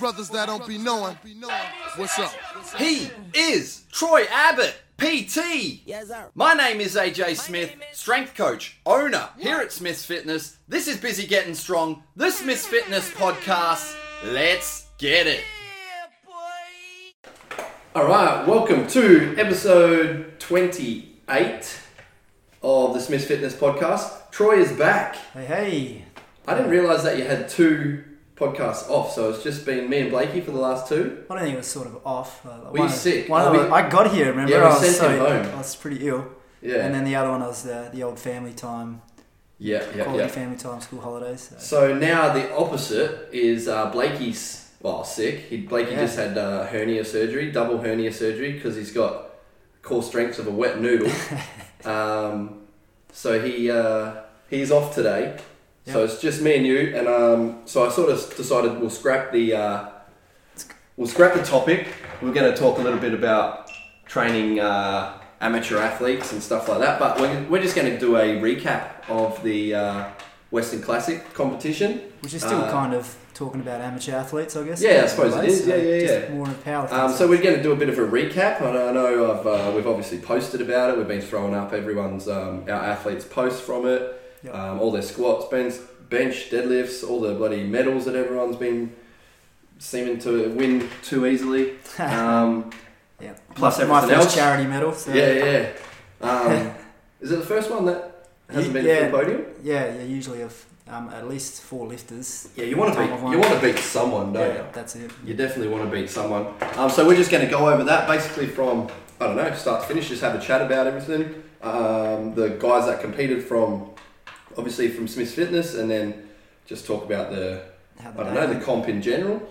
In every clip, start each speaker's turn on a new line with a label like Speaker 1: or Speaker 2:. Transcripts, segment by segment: Speaker 1: brothers that don't be knowing. What's up?
Speaker 2: He is Troy Abbott, PT.
Speaker 3: Yes, sir.
Speaker 2: My name is AJ Smith,
Speaker 3: name is-
Speaker 2: strength coach, owner here at Smith's Fitness. This is Busy Getting Strong, the Smith's Fitness podcast. Let's get it. All right, welcome to episode 28 of the Smith's Fitness podcast. Troy is back.
Speaker 4: Hey, hey.
Speaker 2: I didn't realize that you had two podcasts off, so it's just been me and Blakey for the last two.
Speaker 4: I don't think it was sort of off. Uh,
Speaker 2: Were you
Speaker 4: one of-
Speaker 2: sick?
Speaker 4: One of
Speaker 2: Oh,
Speaker 4: them-
Speaker 2: we-
Speaker 4: I got here, remember?
Speaker 2: Yeah, we
Speaker 4: I was
Speaker 2: sent
Speaker 4: so,
Speaker 2: him home.
Speaker 4: I was pretty ill.
Speaker 2: Yeah.
Speaker 4: And then the other one was the, the old family time,
Speaker 2: Yeah, yeah,
Speaker 4: quality
Speaker 2: yeah.
Speaker 4: family time, school holidays. So.
Speaker 2: So now the opposite is uh, Blakey's. Well, sick. He, Blakey
Speaker 4: Yeah.
Speaker 2: just had uh, hernia surgery, double hernia surgery, because he's got core strengths of a wet noodle. um, so he uh, he's off today. So
Speaker 4: Yep.
Speaker 2: it's just me and you, and um, so I sort of decided we'll scrap the uh, we'll scrap the topic. We're going to talk a little bit about training uh, amateur athletes and stuff like that, but we're, we're just going to do a recap of the uh, Western Classic competition.
Speaker 4: Which is still
Speaker 2: Uh,
Speaker 4: kind of talking about amateur athletes, I guess.
Speaker 2: Yeah, I
Speaker 4: in a
Speaker 2: suppose it
Speaker 4: way,
Speaker 2: is.
Speaker 4: so
Speaker 2: Yeah, yeah,
Speaker 4: just
Speaker 2: yeah.
Speaker 4: More of power.
Speaker 2: Um, so we're going to do a bit of a recap. I know, I know I've, uh, we've obviously posted about it. We've been throwing up everyone's um, our athletes' posts from it,
Speaker 4: Yep.
Speaker 2: um, all their squats, bench, bench, deadlifts, all the bloody medals that everyone's been seeming to win too easily. Um,
Speaker 4: yeah.
Speaker 2: plus
Speaker 4: my, my
Speaker 2: everything
Speaker 4: first
Speaker 2: else.
Speaker 4: charity medal. So.
Speaker 2: yeah, yeah. Um, is it the first one that hasn't been
Speaker 4: Yeah.
Speaker 2: to the podium?
Speaker 4: Yeah, yeah, usually of um, at least four lifters.
Speaker 2: Yeah, you want to
Speaker 4: Time
Speaker 2: beat
Speaker 4: of one.
Speaker 2: you want to beat someone, don't you?
Speaker 4: yeah, that's it.
Speaker 2: You definitely want to beat someone. Um, so we're just going to go over that basically from I don't know start to finish. Just have a chat about everything. Um, the guys that competed from obviously from Smith's Fitness, and then just talk about the
Speaker 4: How
Speaker 2: I
Speaker 4: the
Speaker 2: don't
Speaker 4: day
Speaker 2: know the
Speaker 4: went.
Speaker 2: comp in general.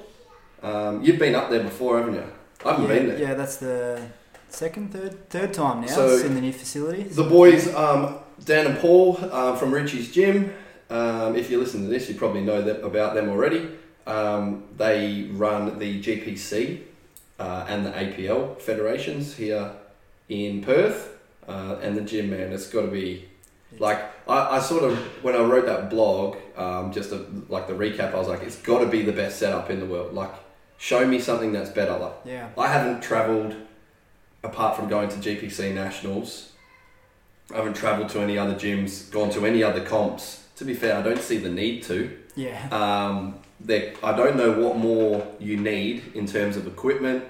Speaker 2: Um, you've been up there before, haven't you? I haven't
Speaker 4: yeah,
Speaker 2: been there.
Speaker 4: yeah, that's the second, third, third time now.
Speaker 2: So-
Speaker 4: it's in the new facility.
Speaker 2: The boys, um, Dan and Paul um, from Richie's Gym. Um, if you listen to this, you probably know that, about them already. Um, they run the GPC uh, and the APL federations here in Perth, uh, and the gym man. It's got to be like I, I sort of when I wrote that blog, um, just a, like the recap. I was like, it's got to be the best setup in the world. Like, show me something that's better. Like,
Speaker 4: yeah.
Speaker 2: I haven't travelled apart from going to GPC nationals. I haven't travelled to any other gyms, gone to any other comps. To be fair, I don't see the need to.
Speaker 4: Yeah.
Speaker 2: Um, there, I don't know what more you need in terms of equipment,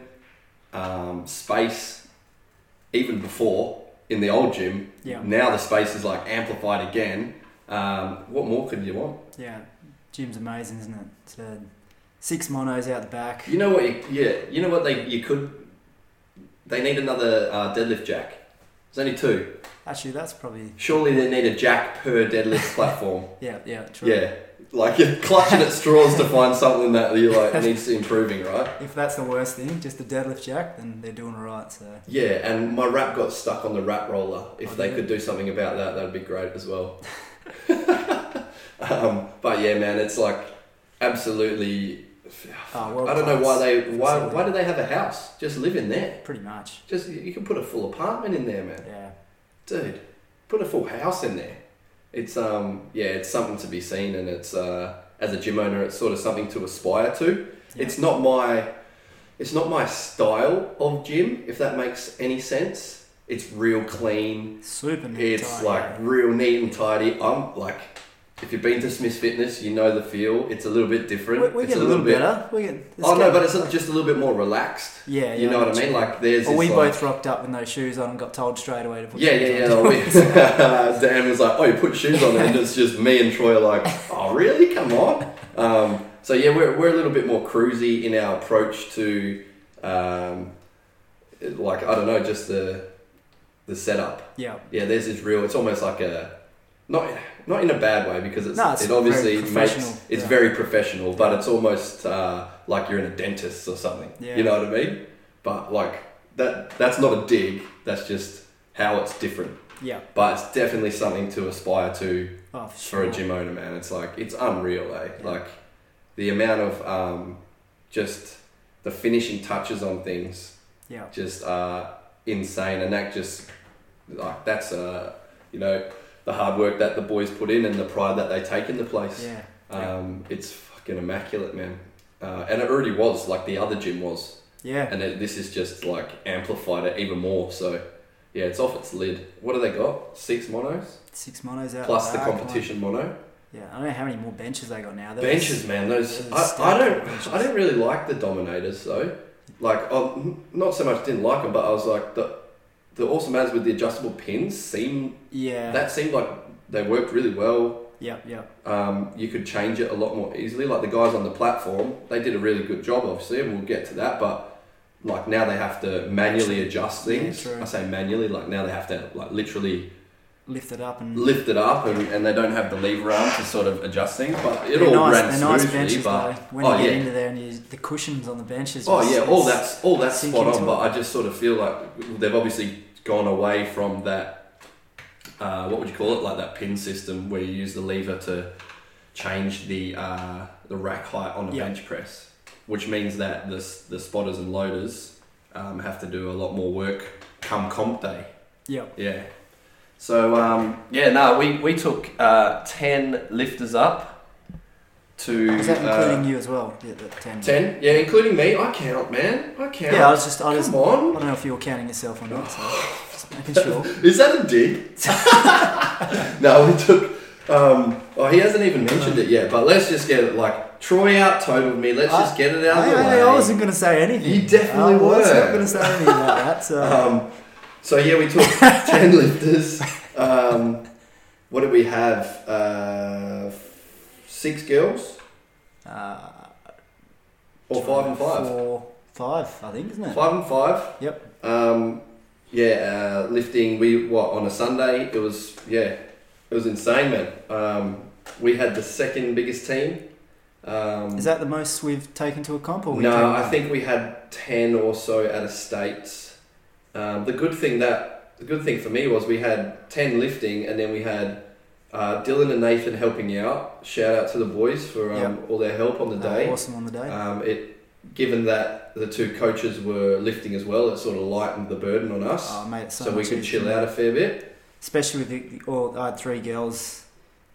Speaker 2: um, space. Even before in the old gym,
Speaker 4: Yeah.
Speaker 2: now the space is like amplified again. Um, what more could you want?
Speaker 4: Yeah, gym's amazing, isn't it? It's, uh, six monos out the back.
Speaker 2: You know what? You, yeah, you know what they you could. They need another uh, deadlift jack. There's only two.
Speaker 4: Actually, that's probably
Speaker 2: Surely they need a jack per deadlift platform.
Speaker 4: yeah, yeah, true.
Speaker 2: yeah. Like you're clutching at straws to find something that you like needs improving, right?
Speaker 4: If that's the worst thing, just a deadlift jack, then they're doing all right. So
Speaker 2: Yeah, and my wrap got stuck on the wrap roller. If
Speaker 4: Oh,
Speaker 2: they
Speaker 4: yeah.
Speaker 2: could do something about that, that'd be great as well. um, but yeah, man, it's like absolutely.
Speaker 4: Oh, world
Speaker 2: I don't know why
Speaker 4: class
Speaker 2: they why
Speaker 4: facility.
Speaker 2: why do they have a house? Just live in there.
Speaker 4: pretty much,
Speaker 2: Just you can put a full apartment in there, man.
Speaker 4: yeah,
Speaker 2: dude, put a full house in there. It's um yeah, it's something to be seen, and it's uh, as a gym owner, it's sort of something to aspire to.
Speaker 4: Yeah.
Speaker 2: It's not my, it's not my style of gym, if that makes any sense. It's real clean.
Speaker 4: super. neat
Speaker 2: It's
Speaker 4: tie,
Speaker 2: like
Speaker 4: yeah.
Speaker 2: real neat and tidy. I'm like, if you've been to Smith's Fitness, you know the feel. It's a little bit different.
Speaker 4: we, we
Speaker 2: it's
Speaker 4: get a little, better. We get. it's
Speaker 2: Oh no,
Speaker 4: good.
Speaker 2: but it's just a little bit more relaxed.
Speaker 4: Yeah,
Speaker 2: you
Speaker 4: yeah,
Speaker 2: know
Speaker 4: I
Speaker 2: what I
Speaker 4: get
Speaker 2: mean.
Speaker 4: you.
Speaker 2: Like there's.
Speaker 4: Well, we
Speaker 2: this, like-
Speaker 4: both rocked up with no shoes on and got told straight away to put.
Speaker 2: yeah,
Speaker 4: shoes
Speaker 2: yeah, yeah.
Speaker 4: on.
Speaker 2: we- Dan was like, "Oh, you put shoes on," and it's just me and Troy are like, "Oh, really? Come on." Um, so yeah, we're we're a little bit more cruisy in our approach to, um, it- like I don't know, just the the setup.
Speaker 4: yeah.
Speaker 2: Yeah, there's this real. It's almost like a not not in a bad way because it's,
Speaker 4: No, it's
Speaker 2: it obviously
Speaker 4: very
Speaker 2: makes
Speaker 4: professional,
Speaker 2: it's
Speaker 4: yeah.
Speaker 2: very professional, but it's almost uh, like you're in a dentist or something.
Speaker 4: Yeah.
Speaker 2: You know what I mean? But like that that's not a dig. That's just how it's different
Speaker 4: yeah.
Speaker 2: but it's definitely something to aspire to
Speaker 4: Oh, for
Speaker 2: for
Speaker 4: sure.
Speaker 2: a gym owner, man. It's like it's unreal, eh? Like the amount of um, just the finishing touches on things
Speaker 4: Yeah.
Speaker 2: just are insane, and that just like that's uh, you know the hard work that the boys put in and the pride that they take in the place.
Speaker 4: Yeah.
Speaker 2: Um, it's fucking immaculate, man. uh, and it already was like the other gym was,
Speaker 4: Yeah.
Speaker 2: and it, this is just like amplified it even more. So yeah, it's off its lid. What do they got? Six monos
Speaker 4: Six monos out.
Speaker 2: plus the
Speaker 4: back, like-
Speaker 2: competition mono
Speaker 4: Yeah, I don't know how many more benches they got now. There was-
Speaker 2: benches, man. Those
Speaker 4: there's
Speaker 2: I, I
Speaker 4: stacked
Speaker 2: don't
Speaker 4: benches.
Speaker 2: I don't really like the dominators though. Like I not so much didn't like them, but I was like the the awesome ads with the adjustable pins seem
Speaker 4: Yeah.
Speaker 2: that seemed like they worked really well.
Speaker 4: Yep, yep.
Speaker 2: um, you could change it a lot more easily. Like the guys on the platform, they did a really good job, obviously, and we'll get to that. But like now they have to manually adjust
Speaker 4: Yeah,
Speaker 2: things.
Speaker 4: true.
Speaker 2: I say manually, like now they have to like literally
Speaker 4: Lift it up and.
Speaker 2: lift it up, and, and they don't have the lever arm to sort of adjust things. But it
Speaker 4: They're
Speaker 2: all
Speaker 4: nice,
Speaker 2: ran
Speaker 4: they're
Speaker 2: smoothly.
Speaker 4: nice benches
Speaker 2: but
Speaker 4: though. When
Speaker 2: oh
Speaker 4: you get
Speaker 2: yeah,
Speaker 4: into there and you, the cushions on the benches.
Speaker 2: oh
Speaker 4: was-
Speaker 2: yeah, all
Speaker 4: was-
Speaker 2: that's all that's
Speaker 4: sink
Speaker 2: spot
Speaker 4: into
Speaker 2: on. But I just sort of feel like they've obviously gone away from that. Uh, what would you call it? Like that pin system where you use the lever to change the uh, the rack height on a
Speaker 4: Yeah.
Speaker 2: bench press, which means that the s- the spotters and loaders um, have to do a lot more work come comp day.
Speaker 4: Yep.
Speaker 2: Yeah. So um, yeah, no, we we took uh, ten lifters up to
Speaker 4: Is that
Speaker 2: uh,
Speaker 4: including you as well? Yeah, the 10.
Speaker 2: Ten, yeah, including me. I count, man. I count.
Speaker 4: Yeah, I was just. I, just,
Speaker 2: Come
Speaker 4: I
Speaker 2: on.
Speaker 4: don't know if you were counting yourself or not, so. Just making sure.
Speaker 2: Is that a dig? no, we took. Um, oh, he hasn't even mentioned it yet. But let's just get it. Like Troy out totaled me. Let's just get it out of
Speaker 4: Hey,
Speaker 2: the way.
Speaker 4: hey, I wasn't going to say anything.
Speaker 2: You definitely
Speaker 4: I was
Speaker 2: were.
Speaker 4: not going to say anything like that, so.
Speaker 2: Um, so yeah, we took ten lifters. Um, what did we have? Uh, six girls
Speaker 4: uh,
Speaker 2: or five and five?
Speaker 4: Four, five, I think, isn't it?
Speaker 2: Five and five.
Speaker 4: Yep.
Speaker 2: Um, yeah, uh, lifting. We what on a Sunday? It was yeah, it was insane, man. Um, we had the second biggest team. Um,
Speaker 4: Is that the most we've taken to a comp? Or we
Speaker 2: no,
Speaker 4: taken-
Speaker 2: I think we had ten or so at a states. Um, the good thing that the good thing for me was we had ten lifting, and then we had uh, Dylan and Nathan helping you out. Shout out to the boys for um, all their help on the
Speaker 4: Uh,
Speaker 2: day.
Speaker 4: awesome on the day.
Speaker 2: Um, it given that the two coaches were lifting as well, it sort of lightened the burden on us,
Speaker 4: oh, mate, it's so,
Speaker 2: so we
Speaker 4: much
Speaker 2: could
Speaker 4: easier.
Speaker 2: chill out a fair bit.
Speaker 4: Especially with the, the all, I had three girls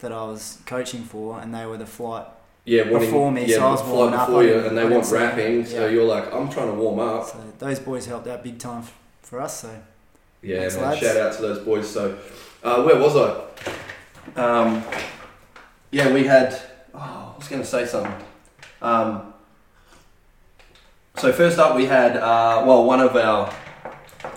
Speaker 4: that I was coaching for, and they were the flight.
Speaker 2: Yeah, wanting,
Speaker 4: Before me,
Speaker 2: yeah,
Speaker 4: so I was
Speaker 2: flight
Speaker 4: warming up,
Speaker 2: before
Speaker 4: I
Speaker 2: you,
Speaker 4: didn't-
Speaker 2: and they
Speaker 4: I didn't
Speaker 2: want
Speaker 4: see them.
Speaker 2: wrapping, so
Speaker 4: Yeah.
Speaker 2: you're like, I'm trying to warm up.
Speaker 4: So those boys helped out big time f- for us. So
Speaker 2: Yeah,
Speaker 4: Thanks,
Speaker 2: man,
Speaker 4: lads.
Speaker 2: shout out to those boys. So, uh, where was I? Um, yeah, we had. Oh, I was going to say something. Um, so first up, we had uh, well one of our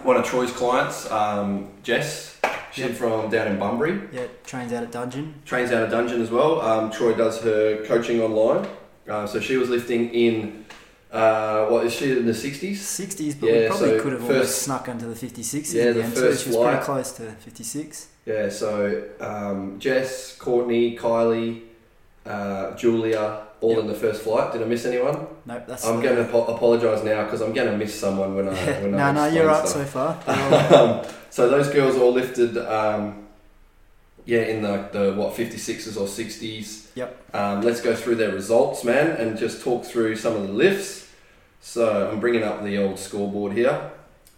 Speaker 2: one of Troy's clients, um, Jess. She's
Speaker 4: Yep.
Speaker 2: from down in Bunbury.
Speaker 4: yeah, trains out at Dungeon.
Speaker 2: Trains out of Dungeon as well. Um, Troy does her coaching online. Uh, so she was lifting in. Uh, what is she in the sixties?
Speaker 4: Sixties, but
Speaker 2: Yeah,
Speaker 4: we probably
Speaker 2: so
Speaker 4: could have
Speaker 2: first-
Speaker 4: almost snuck under the fifty sixes.
Speaker 2: Yeah,
Speaker 4: in the,
Speaker 2: the
Speaker 4: end,
Speaker 2: first
Speaker 4: too, which was
Speaker 2: flight.
Speaker 4: pretty close to fifty six.
Speaker 2: Yeah, so um, Jess, Courtney, Kylie, uh, Julia, all
Speaker 4: Yep.
Speaker 2: in the first flight. Did I miss anyone?
Speaker 4: Nope, that's.
Speaker 2: I'm going to apo- apologise now because I'm going to miss someone when I when I
Speaker 4: no, no, you're right
Speaker 2: explain
Speaker 4: so far.
Speaker 2: stuff. um, so those girls all lifted, um, yeah, in the, the what 56s or 60s.
Speaker 4: Yep.
Speaker 2: Um, let's go through their results, man, and just talk through some of the lifts. So I'm bringing up the old scoreboard here.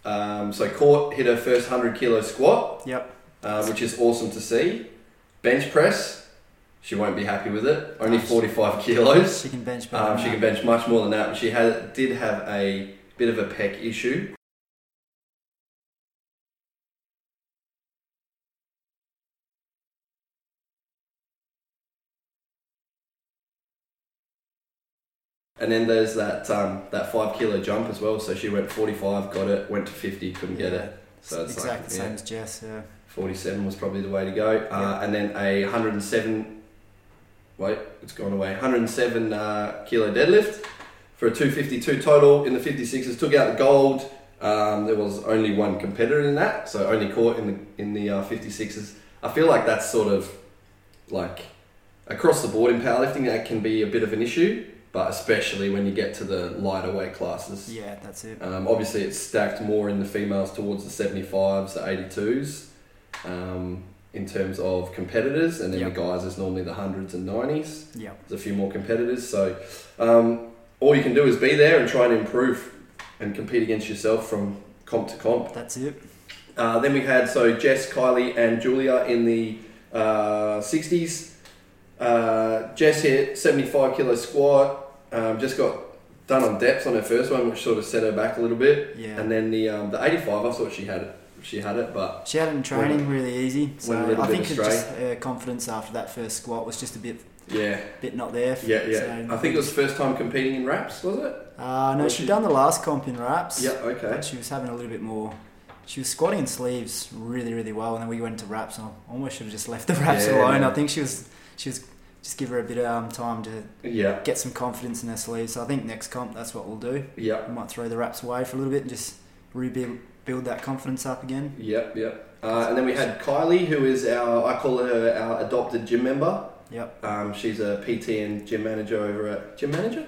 Speaker 2: Um, so Court hit her first 100 kilo squat
Speaker 4: yep,
Speaker 2: uh, which is awesome to see. Bench press, she won't be happy with it. Only 45 kilos.
Speaker 4: she can bench better.
Speaker 2: Um,
Speaker 4: than
Speaker 2: she can
Speaker 4: that.
Speaker 2: bench much more than that. But she had, did have a bit of a pec issue. And then there's that um, that five kilo jump as well. So she went 45, got it, went to 50, couldn't get
Speaker 4: Yeah.
Speaker 2: it. So it's
Speaker 4: exactly
Speaker 2: like,
Speaker 4: the
Speaker 2: yeah.
Speaker 4: same as Jess. Yeah.
Speaker 2: 47 was probably the way to go. Uh,
Speaker 4: Yeah.
Speaker 2: And then a 107, wait, it's gone away, 107 uh, kilo deadlift for a 252 total in the 56s. Took out the gold. Um, there was only one competitor in that, so only caught in the, in the uh, 56s. I feel like that's sort of like across the board in powerlifting, that can be a bit of an issue, but especially when you get to the lighter weight classes.
Speaker 4: Yeah, that's it.
Speaker 2: Um, obviously, it's stacked more in the females towards the 75s, the 82s, um, in terms of competitors, and then
Speaker 4: Yep.
Speaker 2: the guys is normally the 100s and 90s.
Speaker 4: Yep.
Speaker 2: There's a few more competitors, so um, all you can do is be there and try and improve and compete against yourself from comp to comp.
Speaker 4: That's it.
Speaker 2: Uh, then we had so Jess, Kylie, and Julia in the uh, 60s. Uh, Jess hit 75 kilo squat, um, just got done on depth on her first one, which sort of set her back a little bit.
Speaker 4: Yeah.
Speaker 2: And then the um, the 85, I thought she had it. She had it, but
Speaker 4: She had it in training really easy. So
Speaker 2: went a little
Speaker 4: I
Speaker 2: bit
Speaker 4: think it's
Speaker 2: astray.
Speaker 4: just her confidence after that first squat was just a bit
Speaker 2: yeah,
Speaker 4: bit not there.
Speaker 2: yeah, yeah.
Speaker 4: So-
Speaker 2: I think it was first time competing in wraps, was it?
Speaker 4: Uh, no,
Speaker 2: Was
Speaker 4: she'd
Speaker 2: she-
Speaker 4: done the last comp in wraps.
Speaker 2: Yeah. Okay.
Speaker 4: But she was having a little bit more. She was squatting in sleeves really, really well, and then we went to wraps, and I almost should have just left the wraps
Speaker 2: Yeah.
Speaker 4: alone. I think she was, she was, just give her a bit of um, time to
Speaker 2: Yeah.
Speaker 4: get some confidence in her sleeves. So I think next comp, that's what we'll do.
Speaker 2: Yeah.
Speaker 4: We might throw the wraps away for a little bit and just rebuild build that confidence up again.
Speaker 2: Yeah. Yeah. Uh, and then we had Kylie, who is our I call her our adopted gym member.
Speaker 4: Yep.
Speaker 2: Um, she's a PT and gym manager over at gym manager.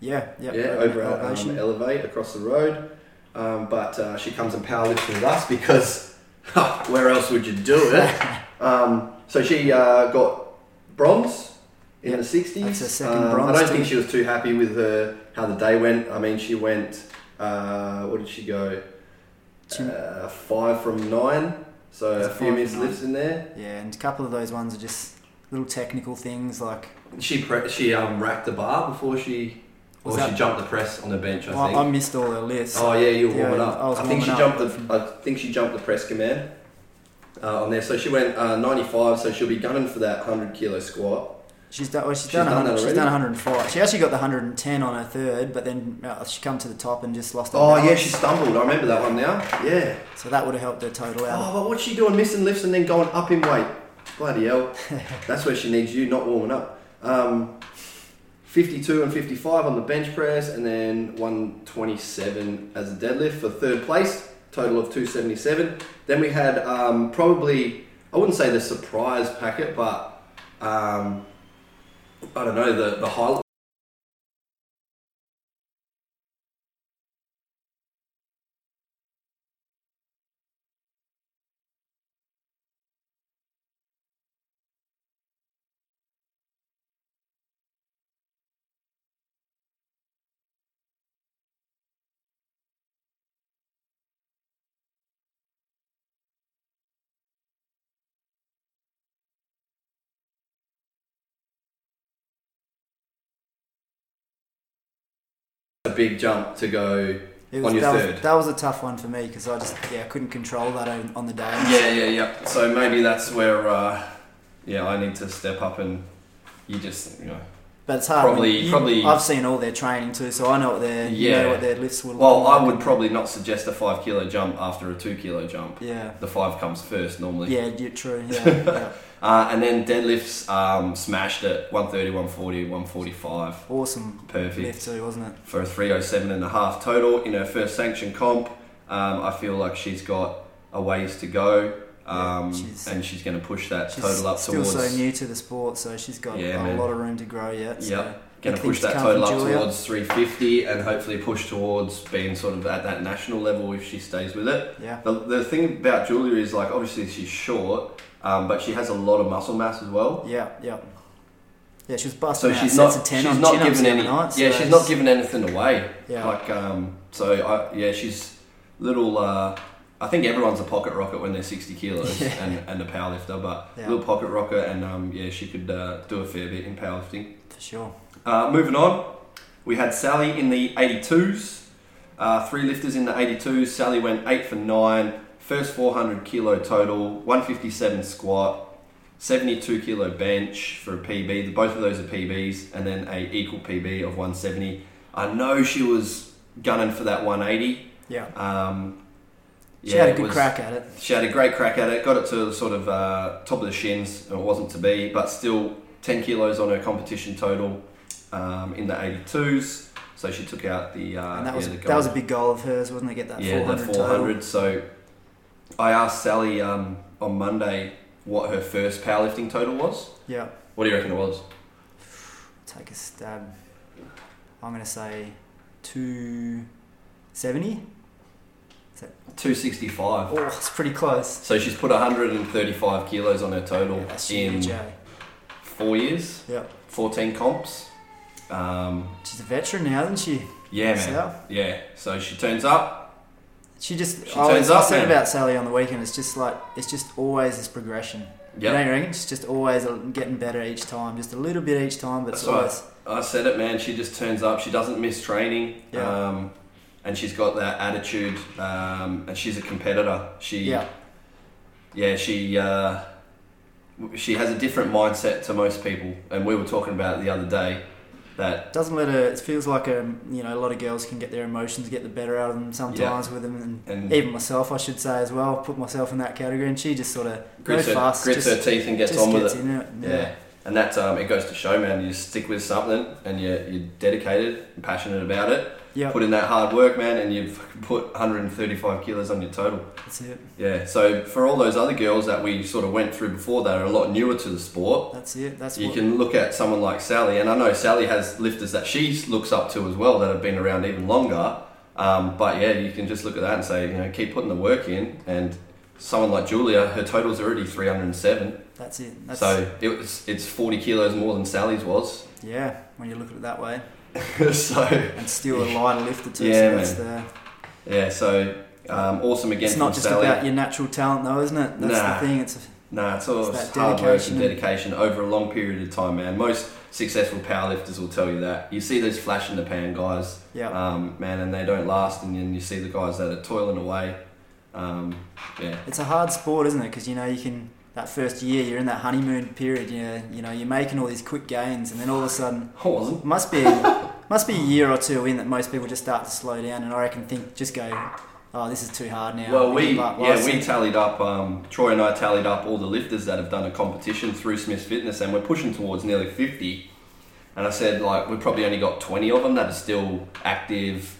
Speaker 4: Yeah. Yep.
Speaker 2: yeah,
Speaker 4: Open
Speaker 2: over at
Speaker 4: elevation.
Speaker 2: um, Elevate across the road. Um, but uh, she comes and powerlifts with us because where else would you do it? um, so she uh, got bronze in
Speaker 4: Yep,
Speaker 2: the 60s.
Speaker 4: that's her second
Speaker 2: Um,
Speaker 4: bronze
Speaker 2: I don't think
Speaker 4: too.
Speaker 2: she was too happy with her, how the day went. I mean, she went, uh, what did she go?
Speaker 4: She-
Speaker 2: Uh, five from nine. So
Speaker 4: It's
Speaker 2: a
Speaker 4: a
Speaker 2: few
Speaker 4: five
Speaker 2: minutes
Speaker 4: from nine.
Speaker 2: lifts in there.
Speaker 4: yeah, and a couple of those ones are just little technical things like.
Speaker 2: She pre- she um, racked the bar before she,
Speaker 4: Was
Speaker 2: or
Speaker 4: that- Oh,
Speaker 2: she jumped the press on the bench. I
Speaker 4: Well,
Speaker 2: think.
Speaker 4: I missed all her lists.
Speaker 2: Oh yeah, you were
Speaker 4: Yeah,
Speaker 2: warming up.
Speaker 4: I was
Speaker 2: I, think she
Speaker 4: warming up.
Speaker 2: jumped the. I think she jumped the press command uh, on there. So she went uh, 95. So she'll be gunning for that 100 kilo squat.
Speaker 4: She's done. Well, she's,
Speaker 2: She's
Speaker 4: done.
Speaker 2: done
Speaker 4: 100,
Speaker 2: that
Speaker 4: she's
Speaker 2: already?
Speaker 4: done 105. She actually got the 110 on her third, but then uh, she come to the top and just lost. her
Speaker 2: Oh yeah,
Speaker 4: balance.
Speaker 2: she stumbled. I remember that one now. Yeah.
Speaker 4: So that would have helped her total
Speaker 2: Oh,
Speaker 4: out.
Speaker 2: but what's she doing? Missing lifts and then going up in weight. Bloody hell. That's where she needs you, not warming up. Um, 52 and 55 on the bench press, and then 127 as a deadlift for third place. Total of 277. Then we had um, probably, I wouldn't say the surprise packet, but um, I don't know, the, the highlight. A big jump to go
Speaker 4: It
Speaker 2: on your
Speaker 4: that,
Speaker 2: third.
Speaker 4: Was, that was a tough one for me because I just yeah I couldn't control that on, on the day.
Speaker 2: Yeah, yeah, yeah. So maybe that's where, uh, yeah, I need to step up and you just, you know.
Speaker 4: But it's hard.
Speaker 2: Probably-
Speaker 4: when you-
Speaker 2: probably-
Speaker 4: I've seen all their training too, so I know what their you
Speaker 2: Yeah.
Speaker 4: know what their lifts will.
Speaker 2: Well,
Speaker 4: look
Speaker 2: I
Speaker 4: like.
Speaker 2: would probably not suggest a five kilo jump after a two kilo jump.
Speaker 4: Yeah.
Speaker 2: The five comes first normally.
Speaker 4: Yeah. Yeah. True. Yeah. yeah.
Speaker 2: Uh, and then deadlifts um, smashed at 130, 140, 145.
Speaker 4: Awesome
Speaker 2: Perfect.
Speaker 4: lift too, wasn't it?
Speaker 2: for a 307 and a half total in her first sanction comp. Um, I feel like she's got a ways to go. Um,
Speaker 4: Yeah, she's-
Speaker 2: and she's going to push that
Speaker 4: She's
Speaker 2: total up
Speaker 4: still
Speaker 2: towards.
Speaker 4: so new to the sport, so she's got
Speaker 2: Yeah,
Speaker 4: a
Speaker 2: man.
Speaker 4: lot of room to grow yet. So
Speaker 2: Yep. Going
Speaker 4: big
Speaker 2: to push
Speaker 4: things
Speaker 2: that
Speaker 4: come from
Speaker 2: total up
Speaker 4: Julia.
Speaker 2: towards 350 and hopefully push towards being sort of at that national level if she stays with it.
Speaker 4: Yeah.
Speaker 2: The, the thing about Julia is like obviously she's short, um, but she has a lot of muscle mass as well.
Speaker 4: Yeah, yeah. Yeah, she was
Speaker 2: So
Speaker 4: busting out
Speaker 2: she's
Speaker 4: sets
Speaker 2: not
Speaker 4: of 10
Speaker 2: she's
Speaker 4: on
Speaker 2: not
Speaker 4: chin-ups
Speaker 2: giving
Speaker 4: the
Speaker 2: any
Speaker 4: other night,
Speaker 2: yeah
Speaker 4: so
Speaker 2: she's not giving anything away.
Speaker 4: Yeah.
Speaker 2: Like um, so I, yeah she's little. Uh, I think everyone's a pocket rocket when they're 60 kilos
Speaker 4: Yeah.
Speaker 2: and, and a powerlifter, but
Speaker 4: Yeah.
Speaker 2: little pocket rocket and um, yeah she could uh, do a fair bit in powerlifting.
Speaker 4: For sure.
Speaker 2: Uh, moving on, we had Sally in the 82s. Uh, three lifters in the 82s. Sally went 8 for 9. First 400 kilo total, 157 squat, 72 kilo bench for a PB. Both of those are PBs, and then a equal PB of 170. I know she was gunning for that 180.
Speaker 4: Yeah.
Speaker 2: Um,
Speaker 4: She
Speaker 2: yeah,
Speaker 4: had a
Speaker 2: it
Speaker 4: good
Speaker 2: was- uh,
Speaker 4: crack at it.
Speaker 2: she had a great crack at it, got it to sort of uh, top of the shins, and it wasn't to be, but still 10 kilos on her competition total um, in the 82s. So she took out the. Uh,
Speaker 4: And that was
Speaker 2: yeah, the
Speaker 4: that was a big goal of hers, wasn't it? Get that
Speaker 2: yeah,
Speaker 4: 400,
Speaker 2: the
Speaker 4: total.
Speaker 2: 400. So I asked Sally um, on Monday what her first powerlifting total was.
Speaker 4: Yeah.
Speaker 2: What do you reckon it was?
Speaker 4: Take a stab. I'm going to say 270. Is that-
Speaker 2: 265.
Speaker 4: Oh, it's pretty close.
Speaker 2: So she's put 135 kilos on her total
Speaker 4: Yeah, that's
Speaker 2: in
Speaker 4: huge, eh?
Speaker 2: four years,
Speaker 4: Yeah.
Speaker 2: 14 comps. Um,
Speaker 4: She's a veteran now, isn't she?
Speaker 2: yeah, man.
Speaker 4: Sal?
Speaker 2: Yeah, so she turns up.
Speaker 4: She just.
Speaker 2: She
Speaker 4: I, was,
Speaker 2: turns
Speaker 4: I
Speaker 2: up,
Speaker 4: said
Speaker 2: man.
Speaker 4: about Sally on the weekend. It's just like it's just always this progression. You
Speaker 2: Yep.
Speaker 4: don't reckon? She's just always getting better each time, just a little bit each time, but it's
Speaker 2: That's right.
Speaker 4: always.
Speaker 2: I said it, man. She just turns up. She doesn't miss training.
Speaker 4: Yeah.
Speaker 2: Um, and she's got that attitude. Um, and she's a competitor. She,
Speaker 4: Yeah,
Speaker 2: yeah, she, uh, she has a different mindset to most people. And we were talking about it the other day that
Speaker 4: doesn't let her. It feels like um, you know a lot of girls can get their emotions get the better out of them sometimes with them, and
Speaker 2: and
Speaker 4: even myself, I should say as well, put myself in that category. And she just sort of
Speaker 2: grits,
Speaker 4: no
Speaker 2: her,
Speaker 4: fuss,
Speaker 2: grits
Speaker 4: just,
Speaker 2: her teeth and gets
Speaker 4: just
Speaker 2: on with
Speaker 4: gets
Speaker 2: it.
Speaker 4: in it.
Speaker 2: Yeah. And that's um, it goes to show, man. You stick with something, and you're, you're dedicated, and passionate about it.
Speaker 4: yeah,
Speaker 2: Put in that hard work, man, and you fucking put 135 kilos on your total.
Speaker 4: that's it.
Speaker 2: Yeah, so for all those other girls that we sort of went through before that are a lot newer to the sport,
Speaker 4: That's it. That's
Speaker 2: you
Speaker 4: what,
Speaker 2: can look at someone like Sally, and I know Sally has lifters that she looks up to as well that have been around even longer. Um, but yeah, you can just look at that and say, you know, keep putting the work in. And someone like Julia, her total's already 307.
Speaker 4: That's it. That's,
Speaker 2: so it was, it's 40 kilos more than Sally's was.
Speaker 4: yeah, when you look at it that way,
Speaker 2: so
Speaker 4: and still a lighter lifter too.
Speaker 2: Yeah,
Speaker 4: so that's the,
Speaker 2: yeah, so um, awesome again
Speaker 4: It's
Speaker 2: from
Speaker 4: not just
Speaker 2: Sally.
Speaker 4: about your natural talent though, isn't it? That's
Speaker 2: Nah.
Speaker 4: the thing. It's
Speaker 2: Nah, it's all
Speaker 4: It's that
Speaker 2: hard work and
Speaker 4: dedication.
Speaker 2: dedication over a long period of time, man. Most successful powerlifters will tell you that. You see those flash in the pan guys,
Speaker 4: yeah.
Speaker 2: um, man, and they don't last. And then you see the guys that are toiling away. Um, yeah,
Speaker 4: It's a hard sport, isn't it? Because you know you can that first year you're in that honeymoon period. You know, you know you're making all these quick gains, and then all of a sudden
Speaker 2: I wasn't.
Speaker 4: must be must be a year or two in that most people just start to slow down, and I reckon think just go, oh this is too hard now.
Speaker 2: Well, we
Speaker 4: give up." Well, I
Speaker 2: yeah
Speaker 4: see-
Speaker 2: we tallied up. Um, Troy and I tallied up all the lifters that have done a competition through Smith's Fitness, and we're pushing towards nearly fifty. And I said like we probably only got twenty of them that are still active.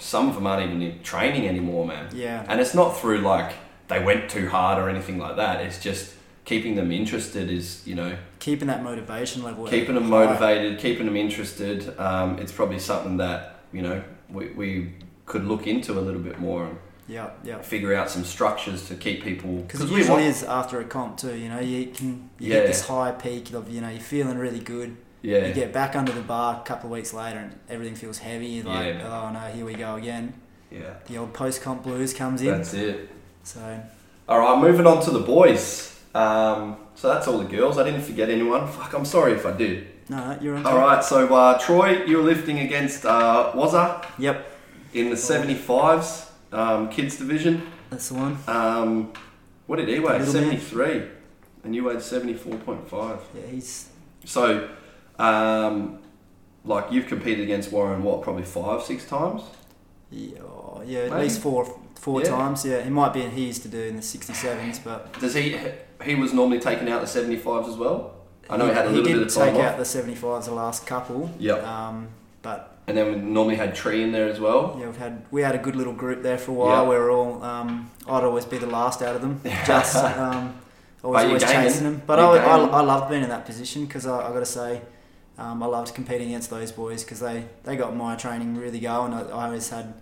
Speaker 2: Some of them aren't even in training anymore, man.
Speaker 4: yeah
Speaker 2: And it's not through like they went too hard or anything like that. It's just keeping them interested is, you know,
Speaker 4: keeping that motivation level.
Speaker 2: keeping them
Speaker 4: high.
Speaker 2: motivated, keeping them interested. Um, it's probably something that, you know, we, we could look into a little bit more
Speaker 4: Yeah, yeah.
Speaker 2: and figure out some structures to keep people.
Speaker 4: Because it
Speaker 2: we
Speaker 4: usually
Speaker 2: want-
Speaker 4: is after a comp too. You know you can you
Speaker 2: Yeah.
Speaker 4: get this high peak of you know you're feeling really good.
Speaker 2: Yeah.
Speaker 4: You get back under the bar a couple of weeks later and everything feels heavy. You're like,
Speaker 2: Yeah, man.
Speaker 4: oh no, here we go again.
Speaker 2: Yeah.
Speaker 4: The old post comp blues comes in.
Speaker 2: That's it.
Speaker 4: so,
Speaker 2: All right, moving on to the boys. Um, so that's all the girls. I didn't forget anyone. Fuck, I'm sorry if I did.
Speaker 4: no, no, you're on
Speaker 2: All
Speaker 4: top.
Speaker 2: right, so uh, Troy, you were lifting against uh, Wazza
Speaker 4: Yep,
Speaker 2: in the 75s um, kids division.
Speaker 4: that's the one.
Speaker 2: Um, what did he weigh?
Speaker 4: Little man.
Speaker 2: 73. And E you weighed 74.5.
Speaker 4: Yeah, he's.
Speaker 2: So, um, like, you've competed against Warren, what, probably five, six times?
Speaker 4: Yeah, oh, yeah at
Speaker 2: Maybe.
Speaker 4: least four four
Speaker 2: Yeah.
Speaker 4: times. Yeah, he might be. He used to do in the 67s, but.
Speaker 2: Does he, he was normally taking out the 75s as well? I know he, had a little
Speaker 4: did
Speaker 2: bit of
Speaker 4: take
Speaker 2: time off.
Speaker 4: out the 75s the last couple.
Speaker 2: Yep.
Speaker 4: Um, but
Speaker 2: And then we normally had Tree in there as well.
Speaker 4: yeah, we've had we had a good little group there for a while.
Speaker 2: Yeah.
Speaker 4: We were all. Um, I'd always be the last out of them. Just um, always,
Speaker 2: you're
Speaker 4: always
Speaker 2: gaining.
Speaker 4: chasing them. But
Speaker 2: You're
Speaker 4: I, I,
Speaker 2: gaining.
Speaker 4: I loved being in that position because I, I got to say, um, I loved competing against those boys because they, they got my training really going. I, I always had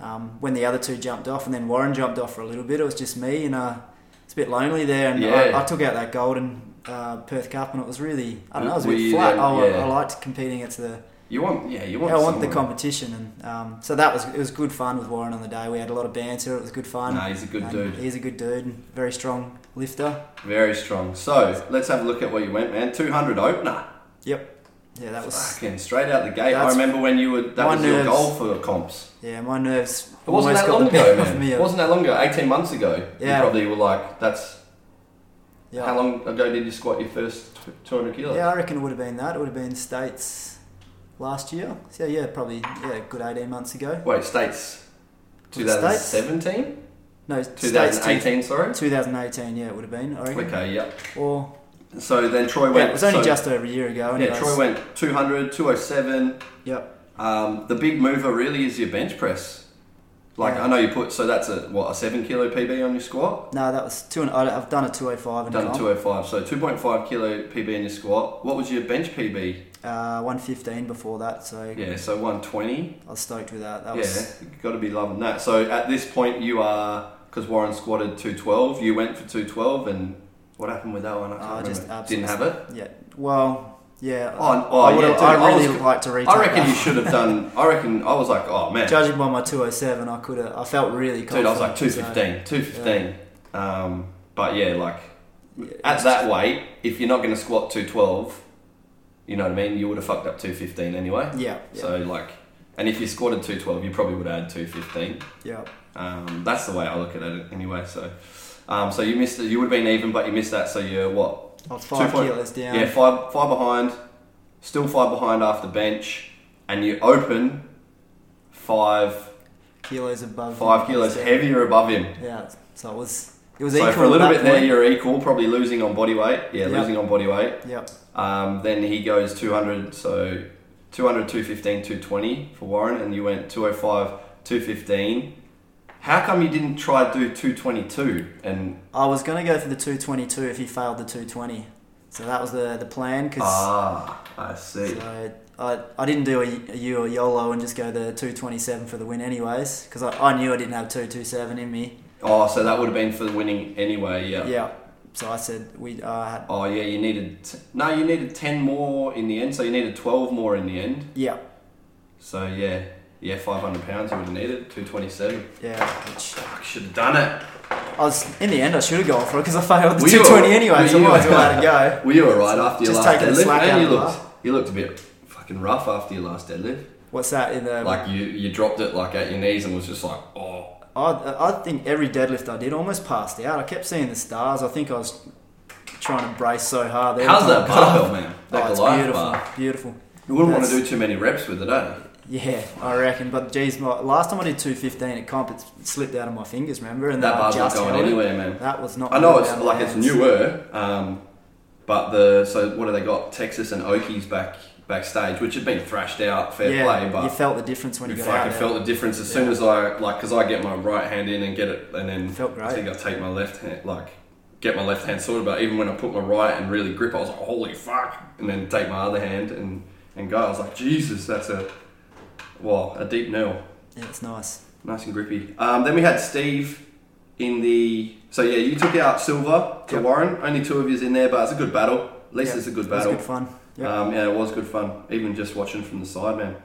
Speaker 4: um, when the other two jumped off and then Warren jumped off for a little bit. It was just me and uh, it's a bit lonely there. And
Speaker 2: Yeah.
Speaker 4: I, I took out that golden uh, Perth Cup and it was really I don't know it was a
Speaker 2: Were
Speaker 4: bit
Speaker 2: you
Speaker 4: flat.
Speaker 2: then-
Speaker 4: I,
Speaker 2: yeah.
Speaker 4: I liked competing against the
Speaker 2: You want, yeah, you want
Speaker 4: I want the
Speaker 2: someone-
Speaker 4: competition, and um, so that was it was good fun with Warren on the day. We had a lot of banter. It was good fun.
Speaker 2: Nah, he's a good
Speaker 4: And
Speaker 2: dude.
Speaker 4: He's a good dude, and very strong lifter.
Speaker 2: Very strong. So, let's have a look at where you went, man. 200 opener.
Speaker 4: Yep. Yeah, that was
Speaker 2: Fucking straight out the gate. I
Speaker 4: That's-
Speaker 2: remember when you were, that
Speaker 4: My
Speaker 2: was your
Speaker 4: nerves-
Speaker 2: goal for comps.
Speaker 4: yeah. My nerves
Speaker 2: It wasn't
Speaker 4: almost
Speaker 2: that
Speaker 4: got
Speaker 2: long
Speaker 4: the
Speaker 2: ago,
Speaker 4: better of
Speaker 2: man.
Speaker 4: me.
Speaker 2: It wasn't that long ago. 18 months ago,
Speaker 4: Yeah.
Speaker 2: you probably were like, that's...
Speaker 4: yeah.
Speaker 2: How long ago did you squat your first t- 200 kilos?
Speaker 4: Yeah, I reckon it would have been that. It would have been states last year. So yeah, probably yeah, a good eighteen months ago.
Speaker 2: Wait, states...
Speaker 4: Was it states?
Speaker 2: 2017?
Speaker 4: No, states
Speaker 2: 2018, sorry?
Speaker 4: Two thousand eighteen. Yeah, it would have been. I reckon.
Speaker 2: Okay, yep.
Speaker 4: Or
Speaker 2: So then Troy went...
Speaker 4: yeah, it was only
Speaker 2: so-
Speaker 4: just over a year ago.
Speaker 2: Yeah,
Speaker 4: Anyways.
Speaker 2: Troy went 200, 207.
Speaker 4: Yep.
Speaker 2: Um, the big mover really is your bench press. Like,
Speaker 4: Yeah.
Speaker 2: I know you put... So that's a, what, a 7 kilo PB on your squat?
Speaker 4: No, that was two. And, I- I've done a two hundred five and
Speaker 2: Done oh a 205. So 2.5 kilo PB in your squat. What was your bench PB?
Speaker 4: uh, one fifteen before that. So
Speaker 2: Yeah, so 120.
Speaker 4: I was stoked with that. That
Speaker 2: yeah,
Speaker 4: was
Speaker 2: got to be loving that. So at this point, you are because Warren squatted two twelve. You went for two twelve, and what happened with that one? I can't
Speaker 4: Oh,
Speaker 2: remember.
Speaker 4: just
Speaker 2: Didn't
Speaker 4: absolutely-
Speaker 2: have it.
Speaker 4: yeah. Well, yeah.
Speaker 2: Oh, oh,
Speaker 4: I, would've-
Speaker 2: yeah, dude,
Speaker 4: I
Speaker 2: I
Speaker 4: really
Speaker 2: was-
Speaker 4: like to reach.
Speaker 2: I reckon you should have done. I reckon I was like, oh man,
Speaker 4: Judging by my two oh seven, I could have. I felt really
Speaker 2: dude,
Speaker 4: confident.
Speaker 2: I was like
Speaker 4: so-
Speaker 2: 215, 215. Um, but yeah, like At that weight, if you're not going to squat 212, you know what I mean? You would have fucked up 215 anyway.
Speaker 4: Yeah, yeah,
Speaker 2: So, like, and if you squatted 212, you probably would have had 215.
Speaker 4: yeah,
Speaker 2: Um, that's the way I look at it anyway. So, um, so you missed, you would have been even, but you missed that. So you're what,
Speaker 4: Oh, five
Speaker 2: Two point-
Speaker 4: kilos down.
Speaker 2: Yeah, five five behind, still five behind after bench, and you open five
Speaker 4: kilos above.
Speaker 2: five
Speaker 4: him.
Speaker 2: kilos heavier above him.
Speaker 4: Yeah, so it was it was
Speaker 2: So
Speaker 4: equal
Speaker 2: for a little
Speaker 4: at
Speaker 2: bit
Speaker 4: that
Speaker 2: there,
Speaker 4: point.
Speaker 2: you're equal, probably losing on body weight. Yeah,
Speaker 4: Yep.
Speaker 2: losing on body weight.
Speaker 4: Yep.
Speaker 2: Um, then he goes 200, so 200, 215, 220 for Warren, and you went 205, 215. How come you didn't try to do 222? And
Speaker 4: I was gonna go for the 222 if he failed the 220, so that was the the plan because.
Speaker 2: ah, I see.
Speaker 4: So I, I didn't do a, a U or YOLO and just go the 227 for the win anyways because I, I knew I didn't have 227 in me.
Speaker 2: Oh, so that would have been for the winning anyway. Yeah.
Speaker 4: Yeah. So I said we uh, had,
Speaker 2: Oh yeah, you needed t- no, you needed ten more in the end. So you needed twelve more in the end.
Speaker 4: yeah,
Speaker 2: So yeah, yeah, five hundred pounds you would have needed two twenty seven.
Speaker 4: yeah. Which
Speaker 2: Fuck, should have done it.
Speaker 4: I was in the end I should have gone for it because I failed the
Speaker 2: Were you
Speaker 4: 220
Speaker 2: all-
Speaker 4: anyway,
Speaker 2: were
Speaker 4: so I
Speaker 2: you-
Speaker 4: might as well let it go.
Speaker 2: Were you alright after your
Speaker 4: Just
Speaker 2: last
Speaker 4: taking the
Speaker 2: deadlift?
Speaker 4: slack
Speaker 2: man?
Speaker 4: out
Speaker 2: you
Speaker 4: of the
Speaker 2: looked,
Speaker 4: bar.
Speaker 2: you looked a bit fucking rough after your last deadlift.
Speaker 4: What's that in the?
Speaker 2: Like you, you dropped it like at your knees and was just like, oh.
Speaker 4: I, I think every deadlift I did almost passed out. I kept seeing the stars. I think I was trying to brace so hard. every
Speaker 2: How's
Speaker 4: time I
Speaker 2: that
Speaker 4: got up.
Speaker 2: barbell, man? That
Speaker 4: Oh, it's
Speaker 2: Goliath
Speaker 4: beautiful,
Speaker 2: bar.
Speaker 4: beautiful.
Speaker 2: You wouldn't want to
Speaker 4: That's-
Speaker 2: do too many reps with it, eh?
Speaker 4: Yeah, I reckon. But geez, my, last time I did 215 at comp, it slipped out of my fingers, remember? And
Speaker 2: That
Speaker 4: then I
Speaker 2: bar's not
Speaker 4: just
Speaker 2: going
Speaker 4: held it.
Speaker 2: anywhere, man.
Speaker 4: That was not.
Speaker 2: I know
Speaker 4: going
Speaker 2: it's
Speaker 4: down
Speaker 2: like
Speaker 4: my
Speaker 2: it's
Speaker 4: hands.
Speaker 2: newer, um, but the so what do they got? Texas and Okies back backstage, which had been thrashed out, fair
Speaker 4: yeah,
Speaker 2: play,
Speaker 4: you
Speaker 2: but
Speaker 4: felt the difference when
Speaker 2: you
Speaker 4: you got
Speaker 2: fucking
Speaker 4: out.
Speaker 2: felt
Speaker 4: Felt
Speaker 2: the difference as soon as I like because I get my right hand in and get it, and then
Speaker 4: Felt great.
Speaker 2: I think I take my left hand like get my left hand sorted, but even when I put my right and really grip, I was like, holy fuck, and then take my other hand and and go. I was like, Jesus, that's a well a deep nail.
Speaker 4: yeah, it's nice.
Speaker 2: Nice and grippy. Um, then we had Steve in the. So yeah, you took out Silver to
Speaker 4: Yep.
Speaker 2: Warren. Only two of yous in there, but it's a good battle. At least
Speaker 4: Yeah,
Speaker 2: it's a good
Speaker 4: it was
Speaker 2: battle.
Speaker 4: good fun. Yeah.
Speaker 2: Um, yeah, it was good fun. Even just watching from the side, man.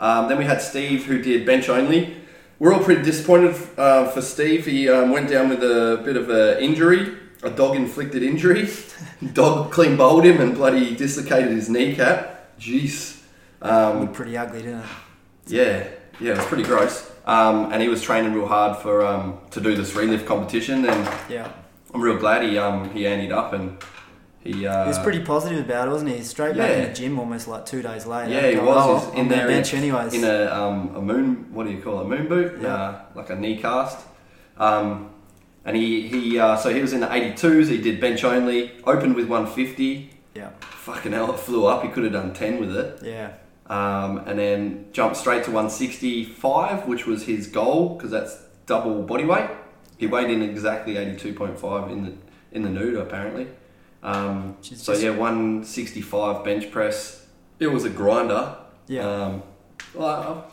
Speaker 2: Um, then we had Steve who did bench only. We're all pretty disappointed uh, for Steve. He um, went down with a bit of an injury, a dog inflicted injury. dog clean bowled him and bloody dislocated his kneecap. Jeez. Um,
Speaker 4: looked pretty ugly, didn't it?
Speaker 2: yeah, yeah, it was pretty gross. Um, and he was training real hard for um, to do this relift competition, and
Speaker 4: Yeah.
Speaker 2: I'm real glad he um, he ended up and he. Uh,
Speaker 4: He was pretty positive about it, wasn't he? Straight back
Speaker 2: yeah.
Speaker 4: in the gym almost like two days later.
Speaker 2: Yeah, he
Speaker 4: Going,
Speaker 2: was.
Speaker 4: "Oh,
Speaker 2: He's
Speaker 4: I'm
Speaker 2: in
Speaker 4: the
Speaker 2: there
Speaker 4: bench
Speaker 2: in,
Speaker 4: anyways.
Speaker 2: in a um, a moon. What do you call it? A moon boot?
Speaker 4: Yeah.
Speaker 2: Uh, like a knee cast. Um, and he he uh, so he was in the 82s. He did bench only. Opened with 150.
Speaker 4: yeah,
Speaker 2: Fucking hell, it flew up. He could have done 10 with it.
Speaker 4: yeah,
Speaker 2: um, and then jumped straight to 165, which was his goal because that's double body weight. He weighed in exactly 82.5 in the in the nude apparently. Um,
Speaker 4: Which is
Speaker 2: so
Speaker 4: just-
Speaker 2: yeah, 165 bench press. It was a grinder.
Speaker 4: yeah.
Speaker 2: Um, well,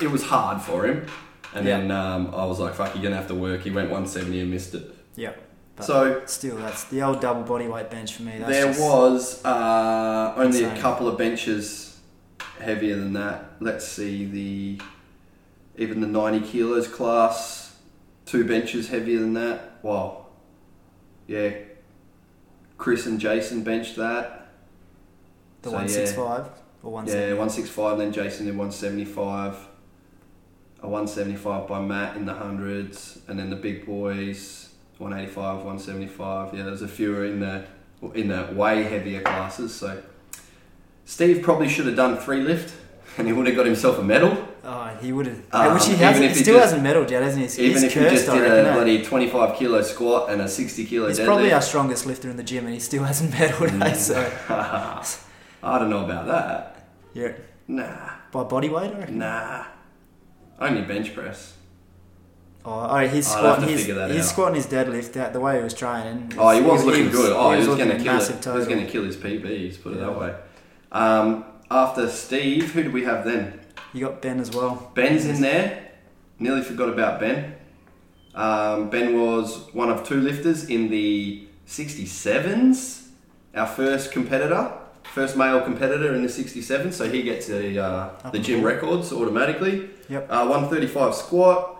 Speaker 2: it was hard for him. And
Speaker 4: Yeah.
Speaker 2: then um, I was like, "Fuck, you're gonna have to work." He went 170 and missed it.
Speaker 4: yeah. But
Speaker 2: so
Speaker 4: still, that's the old double body weight bench for me. That's
Speaker 2: there
Speaker 4: just,
Speaker 2: was uh, only a
Speaker 4: insane.
Speaker 2: couple of benches heavier than that. Let's see the even the ninety kilos class, two benches heavier than that. Wow, yeah. Chris and Jason benched that.
Speaker 4: the
Speaker 2: so, yeah.
Speaker 4: 165 or 170.
Speaker 2: Yeah, one six five. Then Jason did one seventy five. A one seventy five by Matt in the hundreds, and then the big boys one eighty five, one seventy five. Yeah, there's a few in the in the way heavier classes. So Steve probably should have done three lift, and he would have got himself a medal.
Speaker 4: Oh, he would have.
Speaker 2: Um,
Speaker 4: which he
Speaker 2: even
Speaker 4: hasn't.
Speaker 2: if
Speaker 4: He
Speaker 2: he
Speaker 4: still
Speaker 2: just-
Speaker 4: hasn't medalled yet, hasn't he? He's,
Speaker 2: Even
Speaker 4: he's
Speaker 2: if he
Speaker 4: cursed,
Speaker 2: just
Speaker 4: I
Speaker 2: did
Speaker 4: reckon,
Speaker 2: a
Speaker 4: eh?
Speaker 2: bloody twenty five kilo squat and a sixty kilo
Speaker 4: He's
Speaker 2: deadlift. Mm.
Speaker 4: probably our strongest lifter in the gym, and he still hasn't medalled. eh? So,
Speaker 2: I don't know about that.
Speaker 4: yeah,
Speaker 2: Nah,
Speaker 4: by body weight, I reckon.
Speaker 2: nah. Only bench press.
Speaker 4: Oh, all right, his
Speaker 2: I'll have
Speaker 4: squat,
Speaker 2: to
Speaker 4: his,
Speaker 2: figure that
Speaker 4: his
Speaker 2: out.
Speaker 4: squat, and his deadlift. That the way he was training.
Speaker 2: Oh, he was looking good. Oh, he was,
Speaker 4: looking
Speaker 2: going
Speaker 4: a
Speaker 2: to kill it.
Speaker 4: massive
Speaker 2: He was
Speaker 4: total.
Speaker 2: going to kill his PBs. Put it
Speaker 4: Yeah.
Speaker 2: that way. Um, after Steve, who do we have then?
Speaker 4: You got Ben as well.
Speaker 2: Ben's in there. Nearly forgot about Ben. Um, ben was one of two lifters in the 67s. Our first competitor, first male competitor in the 67s. So he gets the uh, the gym records automatically.
Speaker 4: Yep.
Speaker 2: Uh, 135 eh, squat.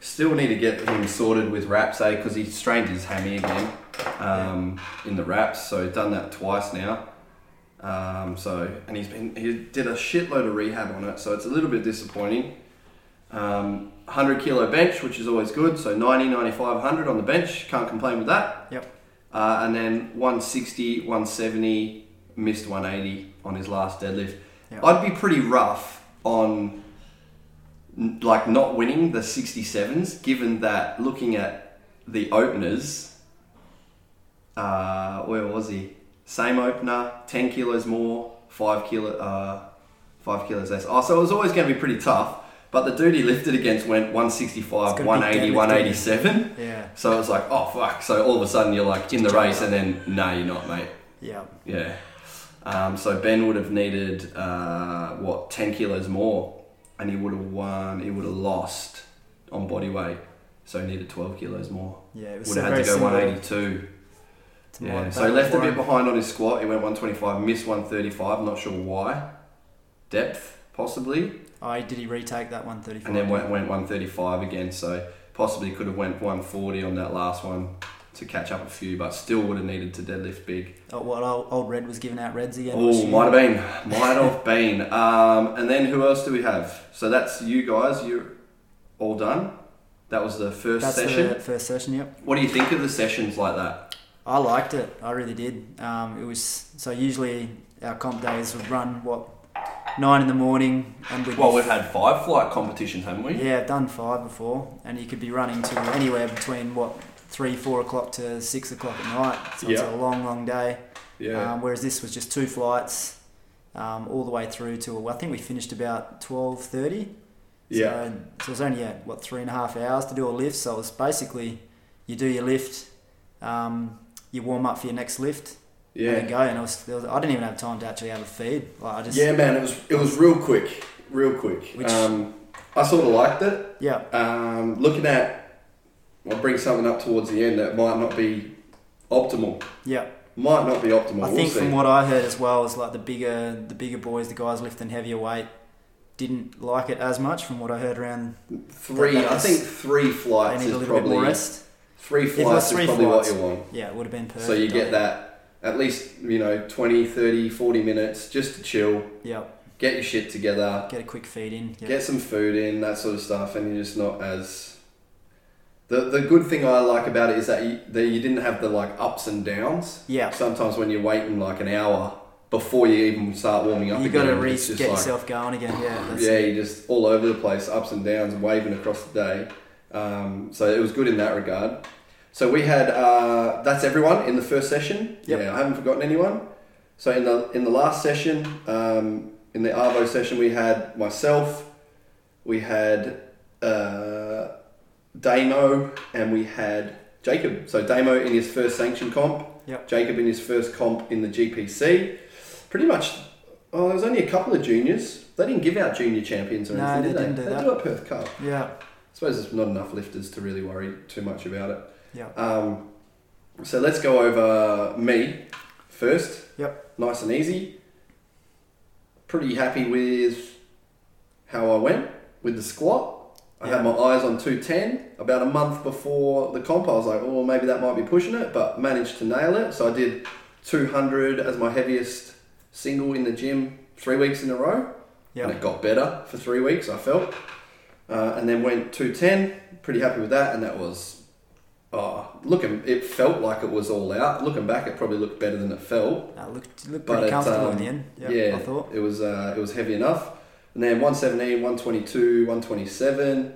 Speaker 2: Still need to get him sorted with Rapsay because he strained his hammy again. um, in the wraps. So he's done that twice now. Um, so and he's been he did a shitload of rehab on it. So it's a little bit disappointing. Um, 100 kilo bench, which is always good. So 90, 95, 100 on the bench. Can't complain with that.
Speaker 4: Yep.
Speaker 2: Uh, and then 160, 170, missed 180 on his last deadlift.
Speaker 4: Yep.
Speaker 2: I'd be pretty rough on n- like not winning the 67s, given that looking at the openers, uh, where was he? Same opener, 10 kilos more, 5 kilo, uh, 5 kilos less. Oh, so it was always going to be pretty tough. But the dude he lifted against went
Speaker 4: It's
Speaker 2: 165,
Speaker 4: gotta be
Speaker 2: 180,
Speaker 4: deadlifting.
Speaker 2: 187.
Speaker 4: Yeah.
Speaker 2: So it was like, oh fuck. So all of a sudden you're like in the race, and then no, you're not, mate.
Speaker 4: Yeah.
Speaker 2: Yeah. Um, so Ben would have needed uh, what ten kilos more, and he would have won. He would have lost on body weight, so he needed twelve kilos more.
Speaker 4: Yeah. It was
Speaker 2: Would have had
Speaker 4: very
Speaker 2: to go
Speaker 4: similar
Speaker 2: one eighty two.
Speaker 4: to my
Speaker 2: Yeah.
Speaker 4: back
Speaker 2: So he left a
Speaker 4: before.
Speaker 2: bit behind on his squat. He went one twenty five, missed one thirty five. Not sure why. Depth possibly,
Speaker 4: Oh, did he retake that one thirty five?
Speaker 2: and then went went one thirty five again. So possibly could have went one forty on that last one to catch up a few, but still would have needed to deadlift big.
Speaker 4: Oh, what old, old Red was giving out Reds again? last
Speaker 2: Oh,
Speaker 4: year.
Speaker 2: might have been, might have been. Um, and then who else do we have? So that's you guys. You're all done. That was the first
Speaker 4: That's
Speaker 2: session.
Speaker 4: the first session. Yep.
Speaker 2: What do you think of the sessions like that?
Speaker 4: I liked it. I really did. Um, it was so usually our comp days would run what nine in the morning, and we'd be-
Speaker 2: had five flight competitions, haven't we?
Speaker 4: yeah I've done five before, and you could be running to anywhere between what three four o'clock to six o'clock at night. So
Speaker 2: Yeah.
Speaker 4: it's a long long day.
Speaker 2: Yeah.
Speaker 4: Um, whereas this was just two flights, um, all the way through to I think we finished about twelve thirty.
Speaker 2: yeah.
Speaker 4: So, so it was only yeah, what three and a half hours to do a lift. So it was basically you do your lift, um, you warm up for your next lift,
Speaker 2: Yeah.
Speaker 4: and then go. And I was, there was, I didn't even have time to actually have a feed. Like I just,
Speaker 2: yeah, man. It was it was real quick, real quick.
Speaker 4: Which-
Speaker 2: um, I sort of liked it.
Speaker 4: yeah,
Speaker 2: um, looking at, I'll bring something up towards the end that might not be optimal.
Speaker 4: yeah.
Speaker 2: Might not be optimal.
Speaker 4: I
Speaker 2: we'll
Speaker 4: think
Speaker 2: see.
Speaker 4: from what I heard as well is like the bigger, the bigger boys, the guys lifting heavier weight, didn't like it as much. From what I heard around,
Speaker 2: three,
Speaker 4: that
Speaker 2: I
Speaker 4: was-
Speaker 2: think three
Speaker 4: they
Speaker 2: flights
Speaker 4: need
Speaker 2: is
Speaker 4: a little bit more
Speaker 2: probably
Speaker 4: rest.
Speaker 2: three
Speaker 4: it was
Speaker 2: flights
Speaker 4: three
Speaker 2: is probably
Speaker 4: flights,
Speaker 2: what you want.
Speaker 4: Yeah, it would have been perfect.
Speaker 2: So you
Speaker 4: I
Speaker 2: get that at least you know 20, 30, 40 minutes just to chill,
Speaker 4: think. Yeah,
Speaker 2: get your shit together,
Speaker 4: get a quick feed in. Yeah,
Speaker 2: get some food in, that sort of stuff, and you're just not as. The, the good thing I like about it is that you, that you didn't have the like ups and downs.
Speaker 4: yeah.
Speaker 2: Sometimes when you're waiting like an hour before you even start warming up,
Speaker 4: you got to
Speaker 2: again,
Speaker 4: re-
Speaker 2: it's
Speaker 4: get
Speaker 2: just like-
Speaker 4: yourself going again. Yeah, that's,
Speaker 2: yeah, you're just all over the place, ups and downs, waving across the day. Um, so it was good in that regard. So we had uh, that's everyone in the first session.
Speaker 4: Yep.
Speaker 2: Yeah, I haven't forgotten anyone. So in the in the last session, um, in the Arvo session, we had myself, we had uh, Damo, and we had Jacob. So Damo in his first sanction comp.
Speaker 4: Yep.
Speaker 2: Jacob in his first comp in the GPC. Pretty much Oh, there was only a couple of juniors. They didn't give out junior champions or
Speaker 4: No,
Speaker 2: anything, did
Speaker 4: they
Speaker 2: they?
Speaker 4: didn't do
Speaker 2: they
Speaker 4: that.
Speaker 2: do a Perth Cup. I
Speaker 4: yeah,
Speaker 2: suppose there's not enough lifters to really worry too much about it.
Speaker 4: yeah.
Speaker 2: Um, so let's go over me first.
Speaker 4: Yep.
Speaker 2: Nice and easy. Pretty happy with how I went with the squat. I had
Speaker 4: Yeah.
Speaker 2: my eyes on 210 about a month before the comp. I was like, oh, maybe that might be pushing it, but managed to nail it. So I did 200 as my heaviest single in the gym three weeks in a row and
Speaker 4: Yeah,
Speaker 2: it got better for three weeks. I felt, uh, and then went two ten. Pretty happy with that, and that was, oh, looking. It felt like it was all out. Looking back, it probably looked better than it felt.
Speaker 4: that looked looked
Speaker 2: But
Speaker 4: pretty
Speaker 2: it,
Speaker 4: comfortable in
Speaker 2: um,
Speaker 4: the end. Yeah,
Speaker 2: yeah,
Speaker 4: I thought.
Speaker 2: it was. Uh, it was heavy enough. And then 117, 122, 127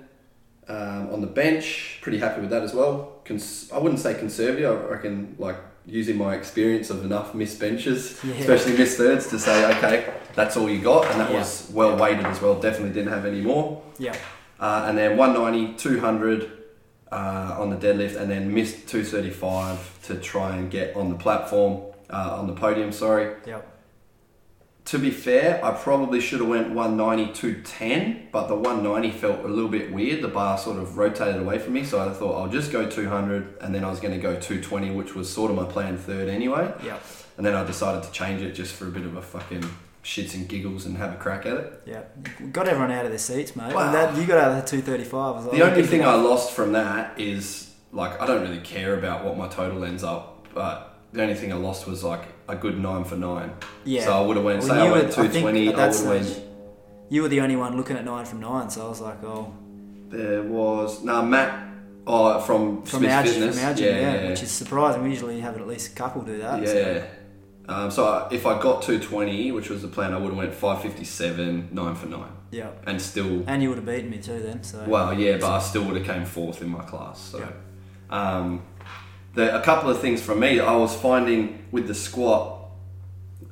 Speaker 2: um, on the bench. Pretty happy with that as well. Cons- I wouldn't say conservative. I reckon like using my experience of enough missed benches
Speaker 4: Yeah,
Speaker 2: especially missed thirds, to say, okay, that's all you got. And that
Speaker 4: Yeah.
Speaker 2: was well weighted as well. Definitely didn't have any more.
Speaker 4: yeah,
Speaker 2: Uh, and then 190, 200 uh, on the deadlift, and then missed 235 to try and get on the platform, uh, on the podium, sorry.
Speaker 4: yeah.
Speaker 2: To be fair, I probably should have went 190, 210, but the 190 felt a little bit weird. The bar sort of rotated away from me, so I thought I'll just go 200, and then I was going to go 220, which was sort of my plan third anyway.
Speaker 4: Yeah,
Speaker 2: And then I decided to change it just for a bit of a fucking shits and giggles and have a crack at it.
Speaker 4: yeah. Got everyone out of their seats, mate.
Speaker 2: Wow.
Speaker 4: And that, you got out of the 235.
Speaker 2: The only thing I lost from that is like I don't really care about what my total ends up but the only thing I lost was like a good nine for nine.
Speaker 4: Yeah.
Speaker 2: So I would have went,
Speaker 4: Well,
Speaker 2: say I
Speaker 4: you
Speaker 2: went
Speaker 4: were- I think
Speaker 2: 220,
Speaker 4: at
Speaker 2: I
Speaker 4: that
Speaker 2: would have
Speaker 4: stage,
Speaker 2: went,
Speaker 4: You were the only one looking at nine from nine, so I was like, oh,
Speaker 2: there was, nah, Matt oh, from,
Speaker 4: from
Speaker 2: Smith's
Speaker 4: our
Speaker 2: Fitness.
Speaker 4: from our gym,
Speaker 2: yeah,
Speaker 4: yeah,
Speaker 2: yeah,
Speaker 4: which is surprising. We usually have at least a couple do that. so-
Speaker 2: Yeah. Um, so I- if I got 220, which was the plan, I would have went 557, 9 for 9.
Speaker 4: yeah.
Speaker 2: And still,
Speaker 4: And you would have beaten me too then. So
Speaker 2: well, yeah, but I still would have came fourth in my class. So
Speaker 4: Yeah.
Speaker 2: um, the, a couple of things from me, I was finding with the squat,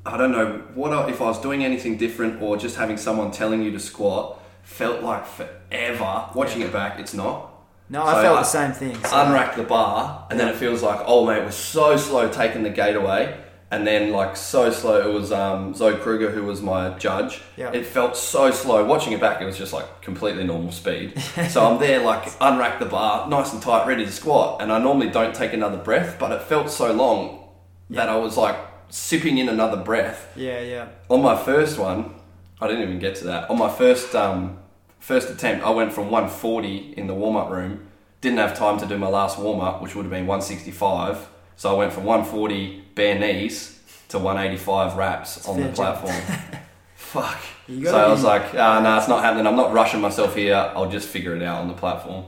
Speaker 2: I don't know what I, if I was doing anything different or just having someone telling you to squat felt like forever. Watching it back, it's not.
Speaker 4: no, I
Speaker 2: So
Speaker 4: felt
Speaker 2: I-
Speaker 4: the same thing. So
Speaker 2: unrack the bar, and then it feels like, oh man, it was so slow taking the gate away, and then like so slow. It was um, Zoe Kruger who was my judge.
Speaker 4: Yeah.
Speaker 2: It felt so slow. Watching it back, it was just like completely normal speed. so I'm there like unrack the bar, nice and tight, ready to squat, and I normally don't take another breath, but it felt so long that I was like sipping in another breath
Speaker 4: yeah, yeah,
Speaker 2: on my first one, I didn't even get to that. On my first um, first attempt, I went from 140 in the warm up room. Didn't have time to do my last warm up, which would have been 165. So I went from 140 bare knees to 185 wraps on the
Speaker 4: fair jump.
Speaker 2: platform. Fuck.
Speaker 4: You
Speaker 2: So
Speaker 4: gotta
Speaker 2: I was
Speaker 4: be-
Speaker 2: like, uh, no, it's not happening. I'm not rushing myself here. I'll just figure it out on the platform.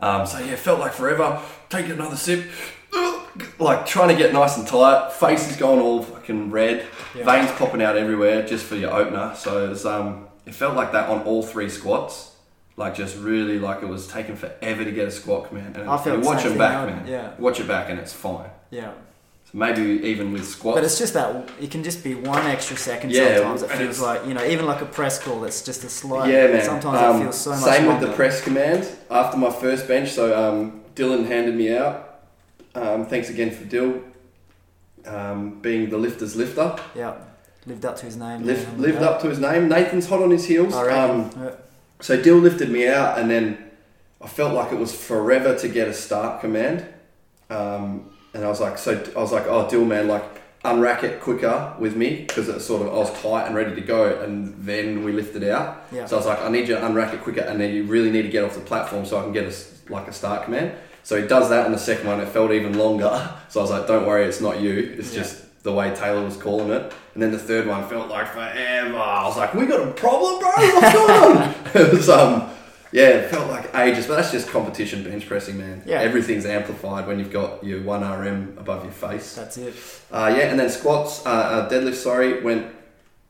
Speaker 2: Um, so yeah, it felt like forever. Take another sip. Like trying to get nice and tight. Face is going all fucking red.
Speaker 4: Yeah.
Speaker 2: Veins popping out everywhere just for your opener. So it, was, um, it felt like that on all three squats. Like just really like it was taking forever to get a squat, man. And
Speaker 4: I felt
Speaker 2: you
Speaker 4: the
Speaker 2: watch
Speaker 4: same
Speaker 2: it
Speaker 4: thing,
Speaker 2: back,
Speaker 4: I-
Speaker 2: man.
Speaker 4: yeah.
Speaker 2: Watch it back and it's fine.
Speaker 4: yeah.
Speaker 2: So maybe even with squats.
Speaker 4: But it's just that it can just be one extra second.
Speaker 2: Yeah,
Speaker 4: sometimes it
Speaker 2: and it's-
Speaker 4: feels like you know, even like a press call that's just a slight.
Speaker 2: Yeah, man.
Speaker 4: Sometimes
Speaker 2: um,
Speaker 4: it feels so much.
Speaker 2: Same
Speaker 4: longer.
Speaker 2: with the press command after my first bench. So um, Dylan handed me out. Um, thanks again for Dill um, being the lifter's lifter.
Speaker 4: Yeah, lived up to his name.
Speaker 2: Lift,
Speaker 4: yeah.
Speaker 2: lived up to his name. Nathan's hot on his heels.
Speaker 4: I reckon.
Speaker 2: Um,
Speaker 4: Yeah.
Speaker 2: so Dill lifted me out, and then I felt like it was forever to get a start command. Um, and I was like, so I was like, oh, Dill, man, like unrack it quicker with me because it sort of I was tight and ready to go, and then we lifted out.
Speaker 4: Yeah.
Speaker 2: So I was like, I need you to unrack it quicker, and then you really need to get off the platform so I can get a s like a start command. So he does that on the second one. It felt even longer. So I was like, don't worry, it's not you. It's
Speaker 4: Yeah.
Speaker 2: just the way Taylor was calling it. And then the third one felt like forever. I was like, we got a problem, bro. What's going on? it was um, yeah, it felt like ages. But that's just competition bench pressing, man.
Speaker 4: Yeah.
Speaker 2: everything's amplified when you've got your one RM above your face.
Speaker 4: That's it.
Speaker 2: Uh, yeah, and then squats, uh, uh, deadlift, sorry, went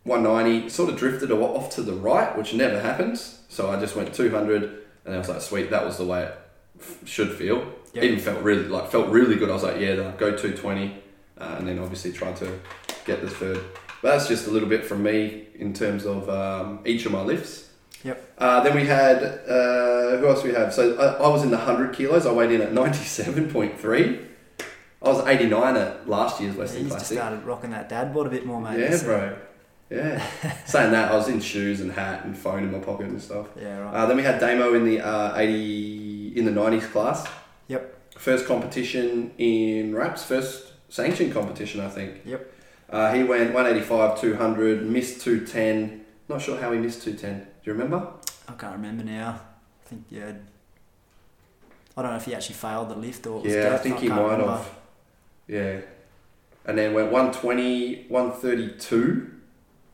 Speaker 2: 190, sort of drifted aw- off to the right, which never happens. So I just went 200, and I was like, sweet, that was the way it f- should feel.
Speaker 4: Yeah.
Speaker 2: Even felt really like felt really good. I was like, yeah, then I'll go 220, uh, and then obviously tried to get the third. But that's just a little bit from me in terms of um, each of my lifts.
Speaker 4: Yep.
Speaker 2: Uh, then we had uh, who else we have? So I, I was in the hundred kilos. I weighed in at ninety seven point three. I was eighty nine at last year's
Speaker 4: Yeah,
Speaker 2: Western
Speaker 4: you just
Speaker 2: Classic.
Speaker 4: started rocking that dad bod a bit more, mate.
Speaker 2: Yeah,
Speaker 4: so-
Speaker 2: bro. Yeah. Saying that, I was in shoes and hat and phone in my pocket and stuff.
Speaker 4: Yeah, right.
Speaker 2: Uh, then we had Damo in the uh, eighty in the nineties class.
Speaker 4: Yep.
Speaker 2: First competition in wraps. First sanctioned competition, I think.
Speaker 4: Yep.
Speaker 2: Uh, he went one eighty five, two hundred, missed two ten. Not sure how he missed two ten. Do you remember?
Speaker 4: I can't remember now. I think yeah. I don't know if he actually failed the lift or it was
Speaker 2: Yeah, I
Speaker 4: depth,
Speaker 2: think he
Speaker 4: can't
Speaker 2: might
Speaker 4: remember.
Speaker 2: have. Yeah. And then went 120, 132.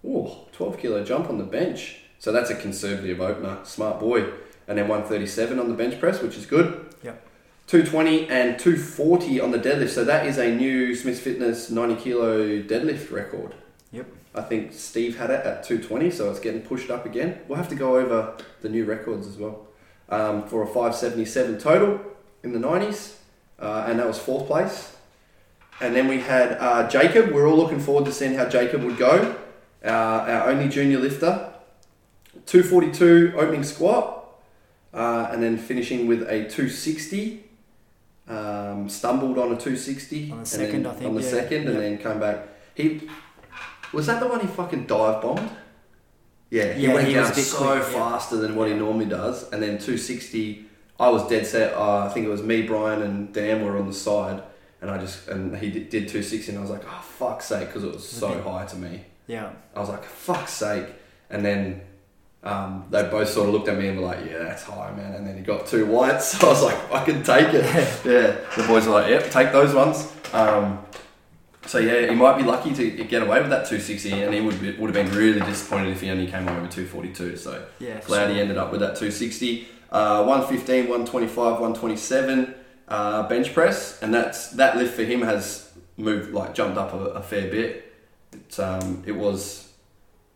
Speaker 2: Oh, 12 kilo jump on the bench. So that's a conservative opener. Smart boy. And then 137 on the bench press, which is good.
Speaker 4: Yep.
Speaker 2: 220 and 240 on the deadlift. So that is a new Smith's Fitness 90 kilo deadlift record.
Speaker 4: Yep.
Speaker 2: I think Steve had it at 220, so it's getting pushed up again. We'll have to go over the new records as well. Um, for a 577 total in the 90s, uh, and that was fourth place. And then we had uh, Jacob. We're all looking forward to seeing how Jacob would go. Uh, our only junior lifter. 242 opening squat, uh, and then finishing with a 260. Um, stumbled on a 260
Speaker 4: On the
Speaker 2: and
Speaker 4: second,
Speaker 2: then-
Speaker 4: I think,
Speaker 2: On the
Speaker 4: yeah.
Speaker 2: second, and
Speaker 4: Yep.
Speaker 2: then came back. He was that the one he fucking dive bombed? Yeah, he
Speaker 4: Yeah,
Speaker 2: went
Speaker 4: he was
Speaker 2: down
Speaker 4: a bit
Speaker 2: so
Speaker 4: quick, yeah.
Speaker 2: faster than what he normally does, and then 260. I was dead set. Uh, I think it was me, Brian, and Dan were on the side, and I just and he did, did 260, and I was like, oh fuck's sake, because it was
Speaker 4: a
Speaker 2: so
Speaker 4: bit-
Speaker 2: high to me.
Speaker 4: Yeah,
Speaker 2: I was like, fuck's sake, and then. Um, they both sort of looked at me and were like, "Yeah, that's high, man." And then he got two whites, so I was like, "I can take it." yeah, the boys were like, "Yep, take those ones." Um, so yeah, he might be lucky to get away with that 260, and he would be, would have been really disappointed if he only came away with 242. So
Speaker 4: Yeah. for
Speaker 2: glad
Speaker 4: sure.
Speaker 2: he ended up with that 260. Uh, 115, 125, 127 uh, bench press, and that's that lift for him has moved like jumped up a, a fair bit. It's, um, it was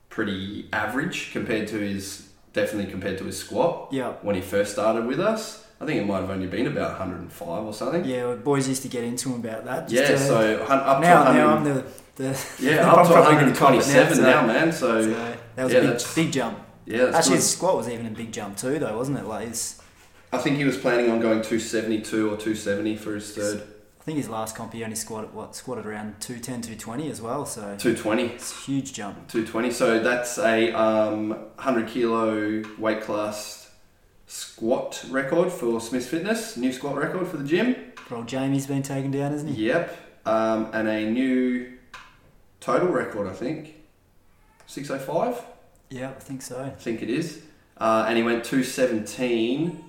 Speaker 2: pretty average compared to his definitely compared to his squat
Speaker 4: Yeah.
Speaker 2: when he first started with us. I think it might have only been about 105 or something.
Speaker 4: Yeah, well, boys used to get into him about that.
Speaker 2: Yeah,
Speaker 4: Just, uh,
Speaker 2: so hun- up to
Speaker 4: now,
Speaker 2: 100,
Speaker 4: now I'm the, the
Speaker 2: yeah, up
Speaker 4: I'm
Speaker 2: to
Speaker 4: probably gonna cop it
Speaker 2: 127 now, man.
Speaker 4: so,
Speaker 2: So
Speaker 4: so that was
Speaker 2: yeah,
Speaker 4: a big,
Speaker 2: that's-
Speaker 4: big jump.
Speaker 2: yeah, that's
Speaker 4: Actually,
Speaker 2: good.
Speaker 4: his squat was even a big jump too, though, wasn't it? Like his,
Speaker 2: I think he was planning on going 272 or 270 for his third
Speaker 4: I think his last comp he only squatted what squatted around 210, 220 as well. So
Speaker 2: 220.
Speaker 4: it's a huge jump.
Speaker 2: 220. So that's a um, 100 kilo weight class squat record for Smith Fitness. New squat record for the gym.
Speaker 4: Well, Jamie's been taken down, isn't he?
Speaker 2: Yep. Um, and a new total record, I think. 605.
Speaker 4: Yeah, I think so.
Speaker 2: I think it is. Uh, and he went 217.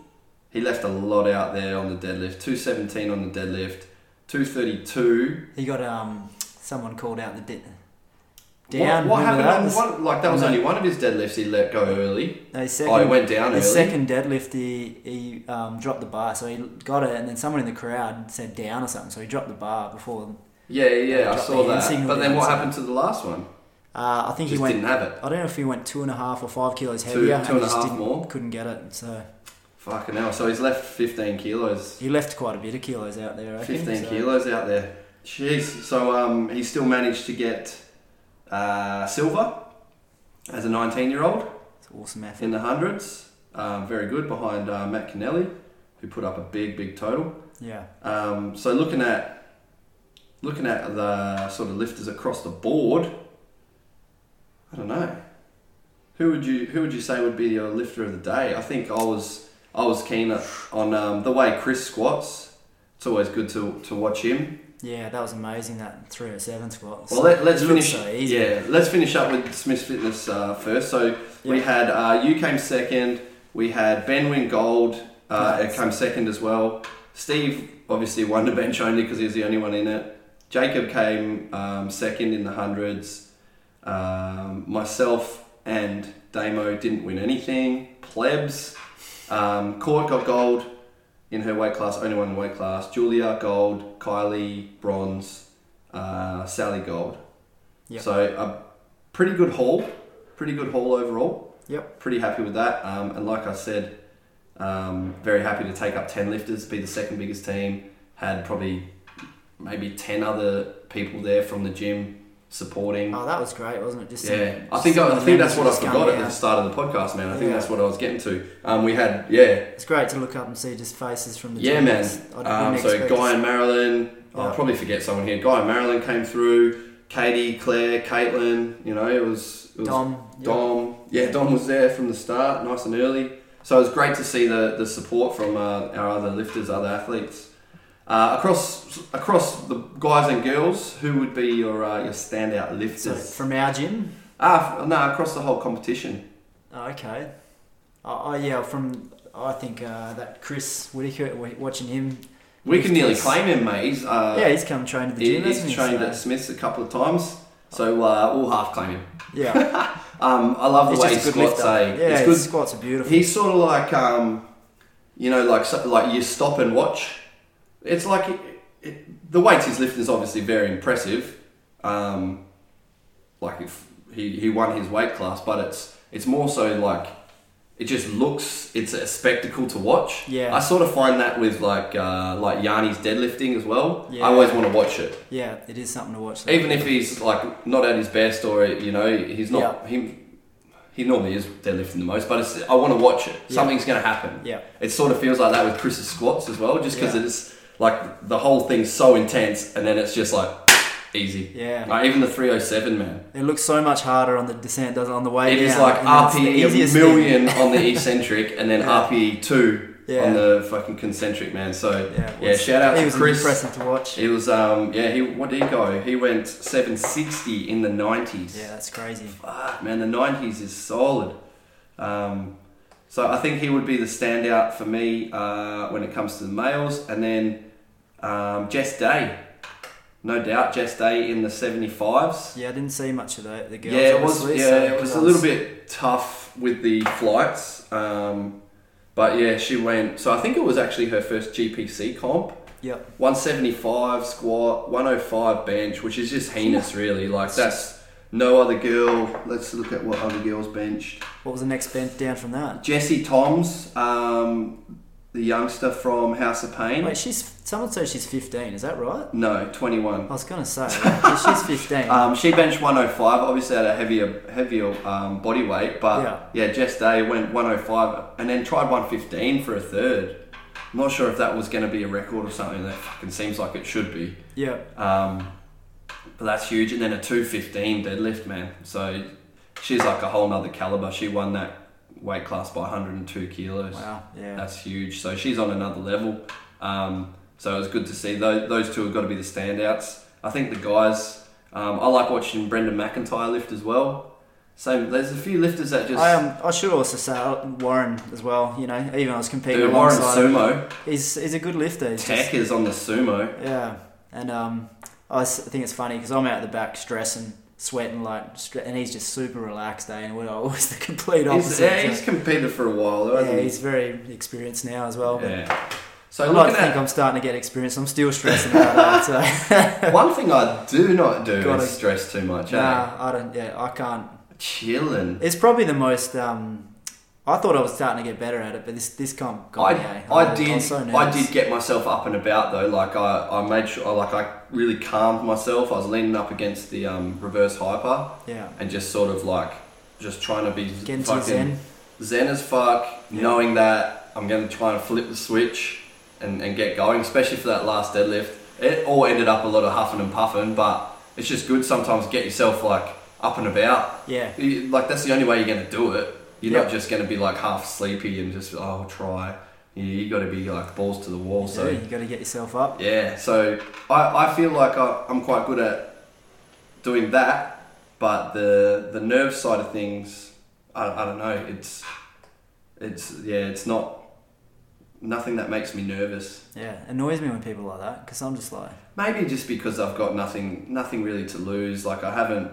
Speaker 2: He left a lot out there on the deadlift. 217 on the deadlift. 232.
Speaker 4: He got um someone called out the di-
Speaker 2: What-
Speaker 4: down.
Speaker 2: what,
Speaker 4: remember
Speaker 2: happened
Speaker 4: that?
Speaker 2: on
Speaker 4: This-
Speaker 2: one? Like, that was
Speaker 4: No.
Speaker 2: only one of his deadlifts he let go early.
Speaker 4: No, his
Speaker 2: oh,
Speaker 4: second,
Speaker 2: he went down early.
Speaker 4: his second deadlift, he, he um, dropped the bar, so he got it, and then someone in the crowd said down or something, so he dropped the bar before.
Speaker 2: Yeah, yeah, yeah, I
Speaker 4: Dropped
Speaker 2: saw
Speaker 4: the hand
Speaker 2: that.
Speaker 4: signal
Speaker 2: But then
Speaker 4: down,
Speaker 2: what
Speaker 4: so-
Speaker 2: happened to the last one?
Speaker 4: Uh, I think
Speaker 2: Just
Speaker 4: he went.
Speaker 2: didn't have it.
Speaker 4: I don't know if he went two and a half or five kilos
Speaker 2: Two-
Speaker 4: heavier. and
Speaker 2: two and a
Speaker 4: he just
Speaker 2: half
Speaker 4: didn't-
Speaker 2: more?
Speaker 4: Couldn't get it, so
Speaker 2: Fucking hell. So he's left 15 kilos.
Speaker 4: he left quite a bit of kilos out there. I reckon,
Speaker 2: 15
Speaker 4: so-
Speaker 2: kilos out there. Jeez. So um, he still managed to get uh, silver as a 19 year old.
Speaker 4: It's awesome effort.
Speaker 2: in the hundreds. Um, very good behind uh, Matt Kennelly, who put up a big, big total.
Speaker 4: Yeah,
Speaker 2: Um, so looking at looking at the sort of lifters across the board, I don't know. Who would you who would you say would be your lifter of the day? I think I was I was keen on um, the way Chris squats. It's always good to, to watch him.
Speaker 4: yeah, that was amazing. That three hundred seven squat.
Speaker 2: Well, let, let's
Speaker 4: It
Speaker 2: finish.
Speaker 4: looks so easy.
Speaker 2: yeah, let's finish up with Smith Fitness uh, first. So we
Speaker 4: Yeah.
Speaker 2: had uh, you came second. We had Ben win gold. Uh,
Speaker 4: Nice.
Speaker 2: Came second as well. Steve obviously won the bench only because he was the only one in it. Jacob came um, second in the hundreds. Um, myself and Damo didn't win anything. Plebs. Um, Court got gold in her weight class, only one weight class. Julia gold, Kylie bronze, uh, Sally gold.
Speaker 4: Yep.
Speaker 2: So a pretty good haul, pretty good haul overall.
Speaker 4: Yep.
Speaker 2: Pretty happy with that. Um, and like I said, um, very happy to take up ten lifters, be the second biggest team. Had probably maybe ten other people there from the gym supporting.
Speaker 4: Oh, that was great, wasn't it? Just some-
Speaker 2: Yeah, I
Speaker 4: just
Speaker 2: think
Speaker 4: some of
Speaker 2: I, I
Speaker 4: the
Speaker 2: think that's
Speaker 4: members
Speaker 2: what I
Speaker 4: just
Speaker 2: forgot
Speaker 4: coming
Speaker 2: at the
Speaker 4: out.
Speaker 2: start of the podcast, man. I think
Speaker 4: Yeah.
Speaker 2: that's what I was getting to. Um, we had yeah,
Speaker 4: It's great to look up and see just faces from the
Speaker 2: yeah,
Speaker 4: gym.
Speaker 2: man.
Speaker 4: It's- I wouldn't
Speaker 2: Um, so
Speaker 4: expect
Speaker 2: Guy
Speaker 4: us-
Speaker 2: and Marilyn. I'll
Speaker 4: Yeah.
Speaker 2: probably forget someone here. Guy and Marilyn came through. Katie, Claire, Caitlin. You know, it was, it was
Speaker 4: Dom, yeah.
Speaker 2: Dom. Yeah, Dom was there from the start, nice and early. So it was great to see the, the support from uh, our other lifters, other athletes. Uh, across across the guys and girls, who would be your uh, your standout
Speaker 4: So
Speaker 2: lifters?
Speaker 4: from our gym.
Speaker 2: Ah, f- no, across the whole competition.
Speaker 4: Oh, okay. Oh, oh, yeah, from I think uh, that Chris Whitaker. we- Watching him.
Speaker 2: We can nearly
Speaker 4: Lifters.
Speaker 2: claim him, mate. He's, uh,
Speaker 4: yeah, he's come trained at the
Speaker 2: he-
Speaker 4: gym.
Speaker 2: he's
Speaker 4: hasn't he?
Speaker 2: trained
Speaker 4: So-
Speaker 2: at Smith's a couple of times, so uh, we'll half claim him.
Speaker 4: Yeah,
Speaker 2: Um, I love the
Speaker 4: he's
Speaker 2: way
Speaker 4: just a
Speaker 2: his
Speaker 4: good lifter.
Speaker 2: squats. eh?
Speaker 4: Yeah,
Speaker 2: it's
Speaker 4: his
Speaker 2: good.
Speaker 4: squats are beautiful.
Speaker 2: He's sort of like, um, you know, like so- like you stop and watch. It's like it, it, the weights he's lifting is obviously very impressive. Um, like if he, he won his weight class, but it's it's more so like it just looks it's a spectacle to watch.
Speaker 4: Yeah.
Speaker 2: I sort of find that with like uh, like Yanni's deadlifting as well.
Speaker 4: Yeah.
Speaker 2: I always want to watch it
Speaker 4: yeah, it is something to watch. though.
Speaker 2: even if he's like not at his best or you know he's not he he normally is deadlifting the most but it's, i want to watch it
Speaker 4: Yeah.
Speaker 2: something's going to happen
Speaker 4: Yeah.
Speaker 2: it sort of feels like that with chris's squats as well just because
Speaker 4: Yeah.
Speaker 2: it's like the whole thing's so intense and then it's just like easy
Speaker 4: Yeah.
Speaker 2: like, even the 307 man
Speaker 4: It looks so much harder on the descent, doesn't it, on the way
Speaker 2: it
Speaker 4: down.
Speaker 2: is like
Speaker 4: and it's the
Speaker 2: RPE
Speaker 4: easiest
Speaker 2: a
Speaker 4: thing.
Speaker 2: million on the eccentric and then
Speaker 4: Yeah.
Speaker 2: RPE two
Speaker 4: Yeah.
Speaker 2: on the fucking concentric man. So
Speaker 4: Yeah,
Speaker 2: yeah,
Speaker 4: it was-
Speaker 2: shout out
Speaker 4: He
Speaker 2: to
Speaker 4: was
Speaker 2: Chris.
Speaker 4: impressive to watch.
Speaker 2: He was um yeah he what did he go? He went seven sixty in the nineties.
Speaker 4: Yeah, that's crazy.
Speaker 2: Fuck, man, the nineties is solid. Um, so I think he would be the standout for me uh, when it comes to the males, and then um, Jess Day. no doubt Jess Day in the 75s.
Speaker 4: Yeah, I didn't see much of the, the girls.
Speaker 2: yeah, it was.
Speaker 4: obviously,
Speaker 2: Yeah,
Speaker 4: so
Speaker 2: it was a little bit tough with the flights, um, but yeah, she went. So I think it was actually her first GPC comp.
Speaker 4: Yep.
Speaker 2: 175 squat, 105 bench, which is just heinous, really. Like that's no other girl. Let's look at what other girls benched.
Speaker 4: What was the next bent down from that?
Speaker 2: Jessie Toms, um, the youngster from House of Pain.
Speaker 4: Wait, she's. Someone said she's 15. Is that right?
Speaker 2: No,
Speaker 4: I
Speaker 2: 21.
Speaker 4: was gonna say like, she's 15.
Speaker 2: Um, she benched 105, obviously at a heavier heavier um, body weight, but yeah. Jess Day went 105 and then tried 115 for a third. I'm not sure if that was going to be a record or something. That fucking seems like it should be.
Speaker 4: yeah.
Speaker 2: Um, but that's huge. And then a 215 deadlift, man. So she's like a whole nother caliber. She won that weight class by 102 kilos.
Speaker 4: Wow. Yeah.
Speaker 2: That's huge. So she's on another level. Um, so it was good to see. Those, those two have got to be the standouts. I think the guys, um, I like watching Brendan McIntyre lift as well. Same, there's a few lifters that just.
Speaker 4: I um, I should also say uh, Warren as well. You know, even I was competing
Speaker 2: Dude, Warren
Speaker 4: alongside. him.
Speaker 2: Sumo.
Speaker 4: He's he's a good lifter. He's just-
Speaker 2: Tech is on the Sumo.
Speaker 4: yeah. And um, I s- think it's funny because I'm out the back stressing, sweating like, stre- and he's just super relaxed. Eh? And we're always the complete
Speaker 2: He's,
Speaker 4: opposite.
Speaker 2: yeah,
Speaker 4: so-
Speaker 2: he's competed for a while, though,
Speaker 4: yeah,
Speaker 2: hasn't
Speaker 4: he's very experienced now as well.
Speaker 2: he?
Speaker 4: But
Speaker 2: Yeah. So
Speaker 4: I like
Speaker 2: looking
Speaker 4: to
Speaker 2: at
Speaker 4: think I'm starting to get experience. I'm still stressing about that. So.
Speaker 2: One thing I do not do
Speaker 4: Gotta-
Speaker 2: is stress too much. Eh?
Speaker 4: nah, I don't. Yeah, I can't.
Speaker 2: Chilling.
Speaker 4: It's probably the most. Um, I thought I was starting to get better at it, but this this comp got
Speaker 2: I,
Speaker 4: me. eh?
Speaker 2: I
Speaker 4: was-
Speaker 2: did
Speaker 4: was so
Speaker 2: I
Speaker 4: nervous.
Speaker 2: did get myself up and about though. Like I, I made sure like I really calmed myself. I was leaning up against the um, reverse hyper
Speaker 4: Yeah.
Speaker 2: and just sort of like just trying to be
Speaker 4: Get into
Speaker 2: fucking
Speaker 4: the zen.
Speaker 2: zen as fuck, knowing that I'm going to try and flip the switch and, and get going, especially for that last deadlift. It all ended up a lot of huffing and puffing, but it's just good sometimes to get yourself like up and about.
Speaker 4: Yeah.
Speaker 2: You- Like that's the only way you're going to do it. You're
Speaker 4: Yep.
Speaker 2: not just going to be like half sleepy and just oh, I'll try. You, you got to be like balls to the wall.
Speaker 4: yeah,
Speaker 2: So
Speaker 4: you got to get yourself up.
Speaker 2: yeah, so I, I feel like I, I'm quite good at doing that, but the the nerve side of things, I, I don't know. It's it's yeah, it's not nothing that makes me nervous.
Speaker 4: Yeah, annoys me when people like that because I'm just like,
Speaker 2: Maybe just because I've got nothing nothing really to lose. Like I haven't,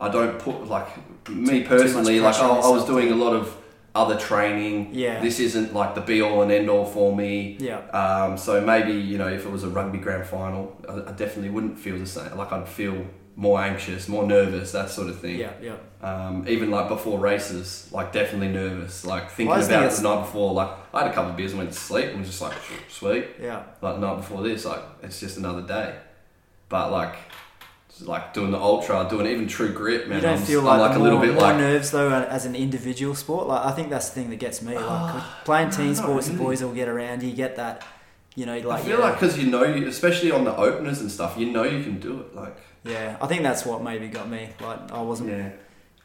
Speaker 2: I don't put like me
Speaker 4: much
Speaker 2: personally. Like
Speaker 4: pressure
Speaker 2: I,
Speaker 4: on
Speaker 2: I was
Speaker 4: yourself.
Speaker 2: doing a lot of other training.
Speaker 4: Yeah.
Speaker 2: this isn't like the be all and end all for me.
Speaker 4: yeah,
Speaker 2: Um, so maybe you know if it was a rugby grand final, I, I definitely wouldn't feel the same. Like I'd feel more anxious, more nervous, that sort of thing.
Speaker 4: yeah, yeah.
Speaker 2: Um, even like before races, like definitely nervous, like
Speaker 4: I
Speaker 2: thinking
Speaker 4: just think
Speaker 2: about it
Speaker 4: it's-
Speaker 2: the night before. Like I had a couple of beers and went to sleep and was just like sweet.
Speaker 4: Yeah,
Speaker 2: Like the night before this, like it's just another day. But like, it's like doing the ultra, doing even true grit, man.
Speaker 4: you don't
Speaker 2: I'm,
Speaker 4: feel
Speaker 2: I'm
Speaker 4: like,
Speaker 2: like
Speaker 4: the
Speaker 2: a little
Speaker 4: more,
Speaker 2: bit
Speaker 4: more
Speaker 2: like
Speaker 4: nerves though as an individual sport. Like I think that's the thing that gets me. Like playing team
Speaker 2: not
Speaker 4: sports, the
Speaker 2: Ah, really.
Speaker 4: boys will get around. You get that, you know, like
Speaker 2: I feel
Speaker 4: yeah,
Speaker 2: like because you know, you, especially on the openers and stuff, you know you can do it. Like
Speaker 4: yeah. I think that's what maybe got me. Like I wasn't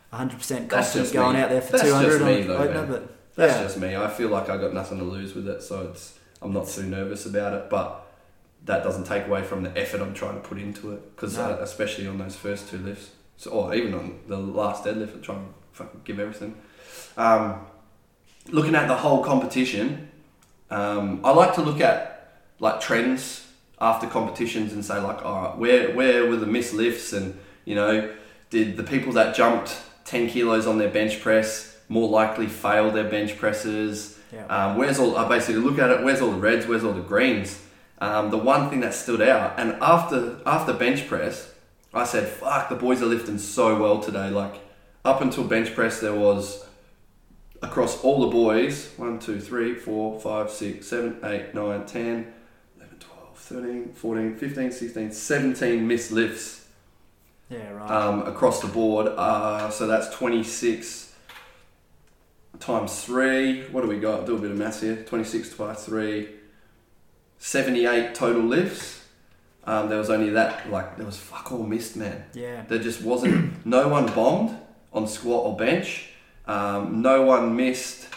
Speaker 4: 100 percent
Speaker 2: That's
Speaker 4: confident
Speaker 2: just
Speaker 4: going
Speaker 2: me.
Speaker 4: out there for
Speaker 2: That's
Speaker 4: 200
Speaker 2: just
Speaker 4: on
Speaker 2: me
Speaker 4: the
Speaker 2: though,
Speaker 4: opener,
Speaker 2: man.
Speaker 4: but
Speaker 2: That's
Speaker 4: yeah,
Speaker 2: just me. I feel like I got nothing to lose with it, so it's I'm not too nervous about it. But that doesn't take away from the effort I'm trying to put into it, because
Speaker 4: No.
Speaker 2: uh, especially on those first two lifts, so, or even on the last deadlift, I'm trying to fucking give everything. Um, looking at the whole competition, um, I like to look at like trends after competitions and say like, all right, where where were the missed lifts and you know, did the people that jumped ten kilos on their bench press more likely fail their bench presses?
Speaker 4: yeah.
Speaker 2: Um, where's all? I basically look at it. Where's all the reds? Where's all the greens? Um, the one thing that stood out, and after after bench press, I said, "Fuck, the boys are lifting so well today." Like up until bench press, there was across all the boys one, two, three, four, five, six, seven, eight, nine, 10, 11, 12, 13, 14, 15, 16, 17 missed lifts
Speaker 4: Yeah, right.
Speaker 2: um, across the board. Uh, so that's 26 times 3. What do we got? Do a bit of maths here. 26 times 3. 78 total lifts. Um, there was only that, like, there was fuck all missed, man.
Speaker 4: yeah,
Speaker 2: There just wasn't, no one bombed on squat or bench. Um, no one missed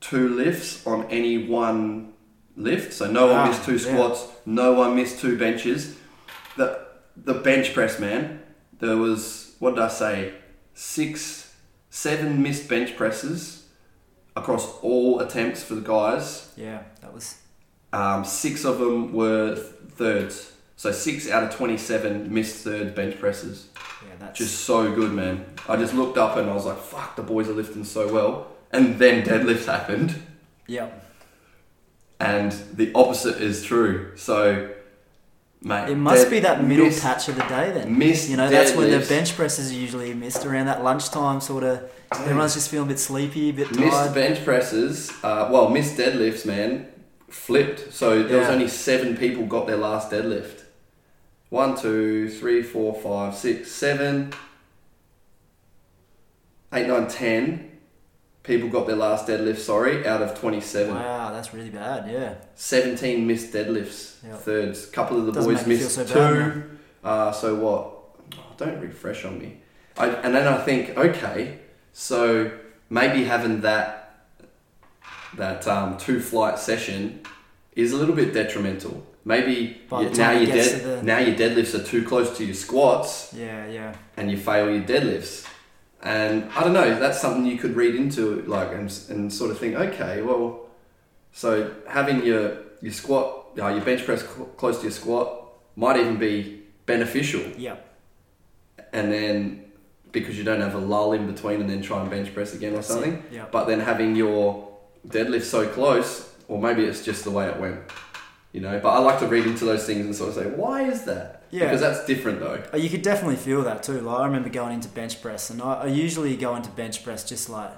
Speaker 2: two lifts on any one lift. So no one
Speaker 4: Ah,
Speaker 2: missed two
Speaker 4: yeah.
Speaker 2: squats, no one missed two benches. The, the bench press, man, there was, what did I say, six, seven missed bench presses across all attempts for the guys.
Speaker 4: yeah. That was
Speaker 2: Um, six of them were thirds. So six out of 27 missed third bench presses.
Speaker 4: Yeah, that's
Speaker 2: Just so good, man. I just looked up and I was like, fuck, the boys are lifting so well. And then deadlifts happened
Speaker 4: yeah.
Speaker 2: and the opposite is true. So, mate,
Speaker 4: It must
Speaker 2: dead-
Speaker 4: be that middle
Speaker 2: missed-
Speaker 4: patch of the day then.
Speaker 2: missed
Speaker 4: You know, that's when the
Speaker 2: deadlifts,
Speaker 4: bench presses are usually missed around that lunchtime sort of. Everyone's just feeling a bit sleepy, a bit
Speaker 2: missed
Speaker 4: tired.
Speaker 2: bench presses. Uh, well, missed deadlifts, man. Flipped. So there was
Speaker 4: Yeah.
Speaker 2: only seven people got their last deadlift. One, two, three, four, five, six, seven, eight, nine, ten. People got their last deadlift. Sorry, out of twenty-seven.
Speaker 4: Wow, that's really bad. Yeah,
Speaker 2: 17 missed deadlifts,
Speaker 4: Yep.
Speaker 2: thirds. couple of the
Speaker 4: Doesn't
Speaker 2: boys
Speaker 4: make you feel
Speaker 2: missed
Speaker 4: so
Speaker 2: two.
Speaker 4: bad,
Speaker 2: uh, so what? Oh, don't refresh on me. I, and then I think, okay, so maybe having that that um, two flight session is a little bit detrimental. Maybe
Speaker 4: By
Speaker 2: you-
Speaker 4: the
Speaker 2: now
Speaker 4: time it
Speaker 2: your
Speaker 4: gets
Speaker 2: dead,
Speaker 4: to the-
Speaker 2: now your deadlifts are too close to your squats
Speaker 4: yeah, yeah.
Speaker 2: and you fail your deadlifts. And I don't know, that's something you could read into, like, and, and sort of think, okay, well, so having your your squat, uh, your bench press cl- close to your squat might even be beneficial.
Speaker 4: Yeah,
Speaker 2: And then because you don't have a lull in between, and then try and bench press again or something.
Speaker 4: yeah.
Speaker 2: But then having your deadlift so close, or maybe it's just the way it went, you know. But I like to read into those things and sort of say, why is that?
Speaker 4: Yeah.
Speaker 2: Because that's different though.
Speaker 4: Oh, you could definitely feel that too. Like I remember going into bench press, and I, I usually go into bench press just like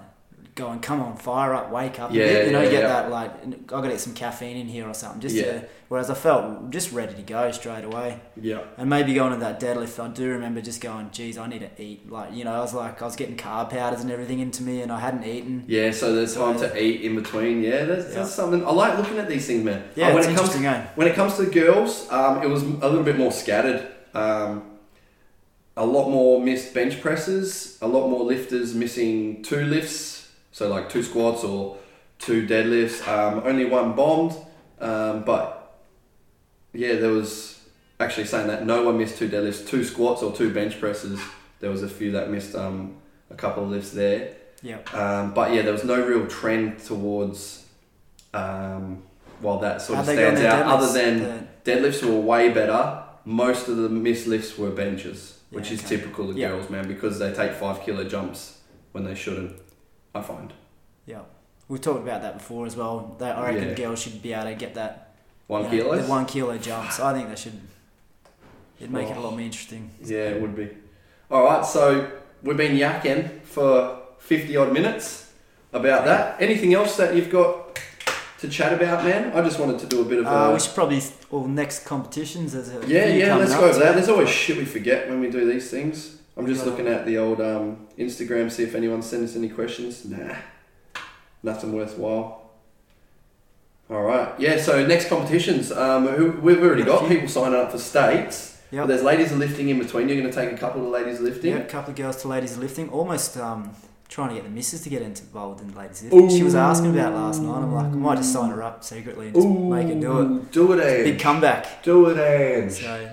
Speaker 4: going, "Come on, fire up, wake up!" a
Speaker 2: Yeah,
Speaker 4: bit, you know,
Speaker 2: yeah,
Speaker 4: get
Speaker 2: yeah.
Speaker 4: that like I got to get some caffeine in here or something. Just
Speaker 2: Yeah.
Speaker 4: to, whereas I felt just ready to go straight away,
Speaker 2: Yeah.
Speaker 4: and maybe going to that deadlift, I do remember just going, "Geez, I need to eat." Like you know, I was like I was getting carb powders and everything into me, and I hadn't eaten.
Speaker 2: Yeah, so there's time to eat in between. Yeah, there's,
Speaker 4: Yeah.
Speaker 2: there's something. I like looking at these things, man.
Speaker 4: Yeah,
Speaker 2: Uh, when
Speaker 4: it's
Speaker 2: it comes
Speaker 4: interesting, eh?
Speaker 2: when it comes to girls, um, it was a little bit more scattered. Um, a lot more missed bench presses. A lot more lifters missing two lifts, so like two squats or two deadlifts. Um, only one bombed, um, but yeah, there was actually saying that no one missed two deadlifts, two squats or two bench presses. There was a few that missed um, a couple of lifts there.
Speaker 4: Yeah,
Speaker 2: Um, but yeah, there was no real trend towards, um, well, that sort of
Speaker 4: How'd they go on
Speaker 2: stands
Speaker 4: their
Speaker 2: out. Other
Speaker 4: deadlifts?
Speaker 2: than deadlifts were way better. Most of the missed lifts were benches, which
Speaker 4: Yeah,
Speaker 2: is
Speaker 4: okay.
Speaker 2: typical of
Speaker 4: Yeah.
Speaker 2: girls, man, because they take five kilo jumps when they shouldn't. I find
Speaker 4: yeah. We've talked about that before as well. That I reckon
Speaker 2: Yeah.
Speaker 4: girls should be able to get that
Speaker 2: one
Speaker 4: you know,
Speaker 2: kilo.
Speaker 4: The one kilo jumps. I think they should. It'd make it a lot more interesting.
Speaker 2: Yeah, it would be. All right, so we've been yakking for fifty odd minutes about that. Anything else that you've got to chat about, man? I just wanted to do a bit of.
Speaker 4: Uh,
Speaker 2: a,
Speaker 4: we should probably well next competitions as a
Speaker 2: Yeah,
Speaker 4: few
Speaker 2: yeah,
Speaker 4: coming
Speaker 2: let's
Speaker 4: up.
Speaker 2: go over that. There's always shit we forget when we do these things. I'm just
Speaker 4: Yeah.
Speaker 2: looking at the old um, Instagram, see if anyone sent us any questions. Nah, nothing worthwhile. All right, yeah. So next competitions, um, who, we've already
Speaker 4: Got a
Speaker 2: got
Speaker 4: few.
Speaker 2: people signing up for states.
Speaker 4: Yep.
Speaker 2: But there's ladies lifting in between. You're going to take a couple of ladies lifting.
Speaker 4: Yeah, a couple of girls to ladies lifting. Almost um, trying to get the missus to get involved in ladies lifting. She was asking about last night. I'm like, I might just sign her up secretly and just make her do it.
Speaker 2: Ooh, Do it, Ange.
Speaker 4: Big comeback.
Speaker 2: Do it, Ange.
Speaker 4: So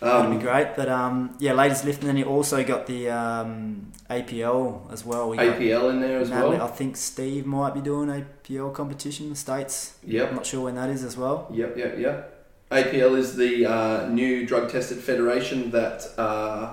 Speaker 4: that'd be
Speaker 2: Um,
Speaker 4: great. But um, yeah, ladies lifting. Then you also got the um, APL as well. We got
Speaker 2: APL in there as
Speaker 4: Natalie-
Speaker 2: well.
Speaker 4: I think Steve might be doing APL competition in the states. I'm
Speaker 2: Yep,
Speaker 4: not sure when that is as well.
Speaker 2: Yep, yep, yep. APL is the uh, new drug tested federation that uh,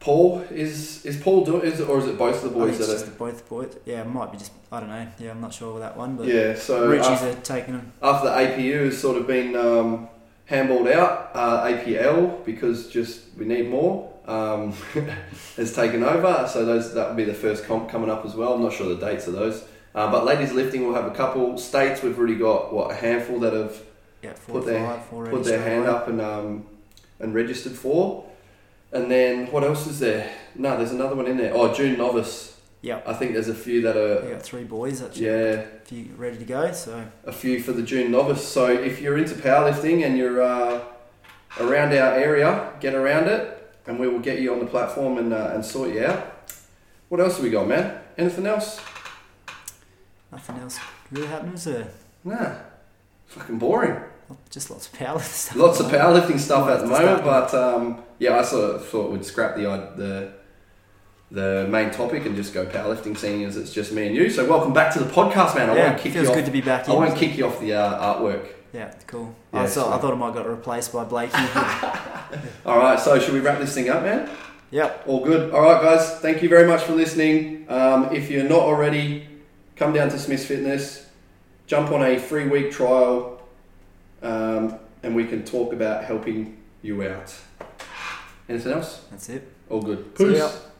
Speaker 2: Paul is is Paul doing is it, or is it both of the
Speaker 4: I think
Speaker 2: boys
Speaker 4: it's
Speaker 2: that
Speaker 4: just
Speaker 2: are
Speaker 4: the both boys. Yeah, it might be just I don't know. Yeah, I'm not sure with that one, but
Speaker 2: yeah so uh,
Speaker 4: Richie's
Speaker 2: af-
Speaker 4: are taking them.
Speaker 2: after the APU has sort of been um, handballed out uh, APL because just we need more um, has taken over so those that will be the first comp coming up as well I'm not sure the dates of those uh, but ladies lifting will have a couple states we've already got what a handful that have
Speaker 4: Yeah, four,
Speaker 2: Put
Speaker 4: or
Speaker 2: their-
Speaker 4: five, four
Speaker 2: put their
Speaker 4: straight
Speaker 2: hand
Speaker 4: away.
Speaker 2: up and um, and registered for. And then what else is there? No, there's another one in there. Oh, June novice.
Speaker 4: Yep.
Speaker 2: I think there's a few that
Speaker 4: We
Speaker 2: are
Speaker 4: got three boys actually.
Speaker 2: yeah,
Speaker 4: If you ready to go, so
Speaker 2: a few for the June novice. So if you're into powerlifting and you're uh, around our area, get around it, and we will get you on the platform and uh, and sort you out. What else have we got, man? Anything else?
Speaker 4: nothing else really happens there.
Speaker 2: Nah, fucking boring.
Speaker 4: Just lots of power stuff.
Speaker 2: Lots of powerlifting stuff at the
Speaker 4: Lots of
Speaker 2: moment,
Speaker 4: stuff.
Speaker 2: but um, yeah, I sort of thought we'd scrap uh, the id- the the main topic and just go powerlifting, seeing as it's just me and you. So welcome back to the podcast, man. I
Speaker 4: yeah,
Speaker 2: won't kick
Speaker 4: feels
Speaker 2: you
Speaker 4: good
Speaker 2: off.
Speaker 4: to be back.
Speaker 2: I
Speaker 4: in.
Speaker 2: won't kick you off the uh, artwork.
Speaker 4: Yeah, it's cool.
Speaker 2: Yeah,
Speaker 4: I, saw, I
Speaker 2: so-
Speaker 4: thought I might got replaced by Blakey.
Speaker 2: All right, so should we wrap this thing up, man?
Speaker 4: yep.
Speaker 2: All good. All right, guys. Thank you very much for listening. Um, if you're not already, come down to Smith's Fitness, jump on a free week trial, um, and we can talk about helping you out. Anything else?
Speaker 4: That's it.
Speaker 2: All good.
Speaker 4: Oh, See ya.
Speaker 2: Peace.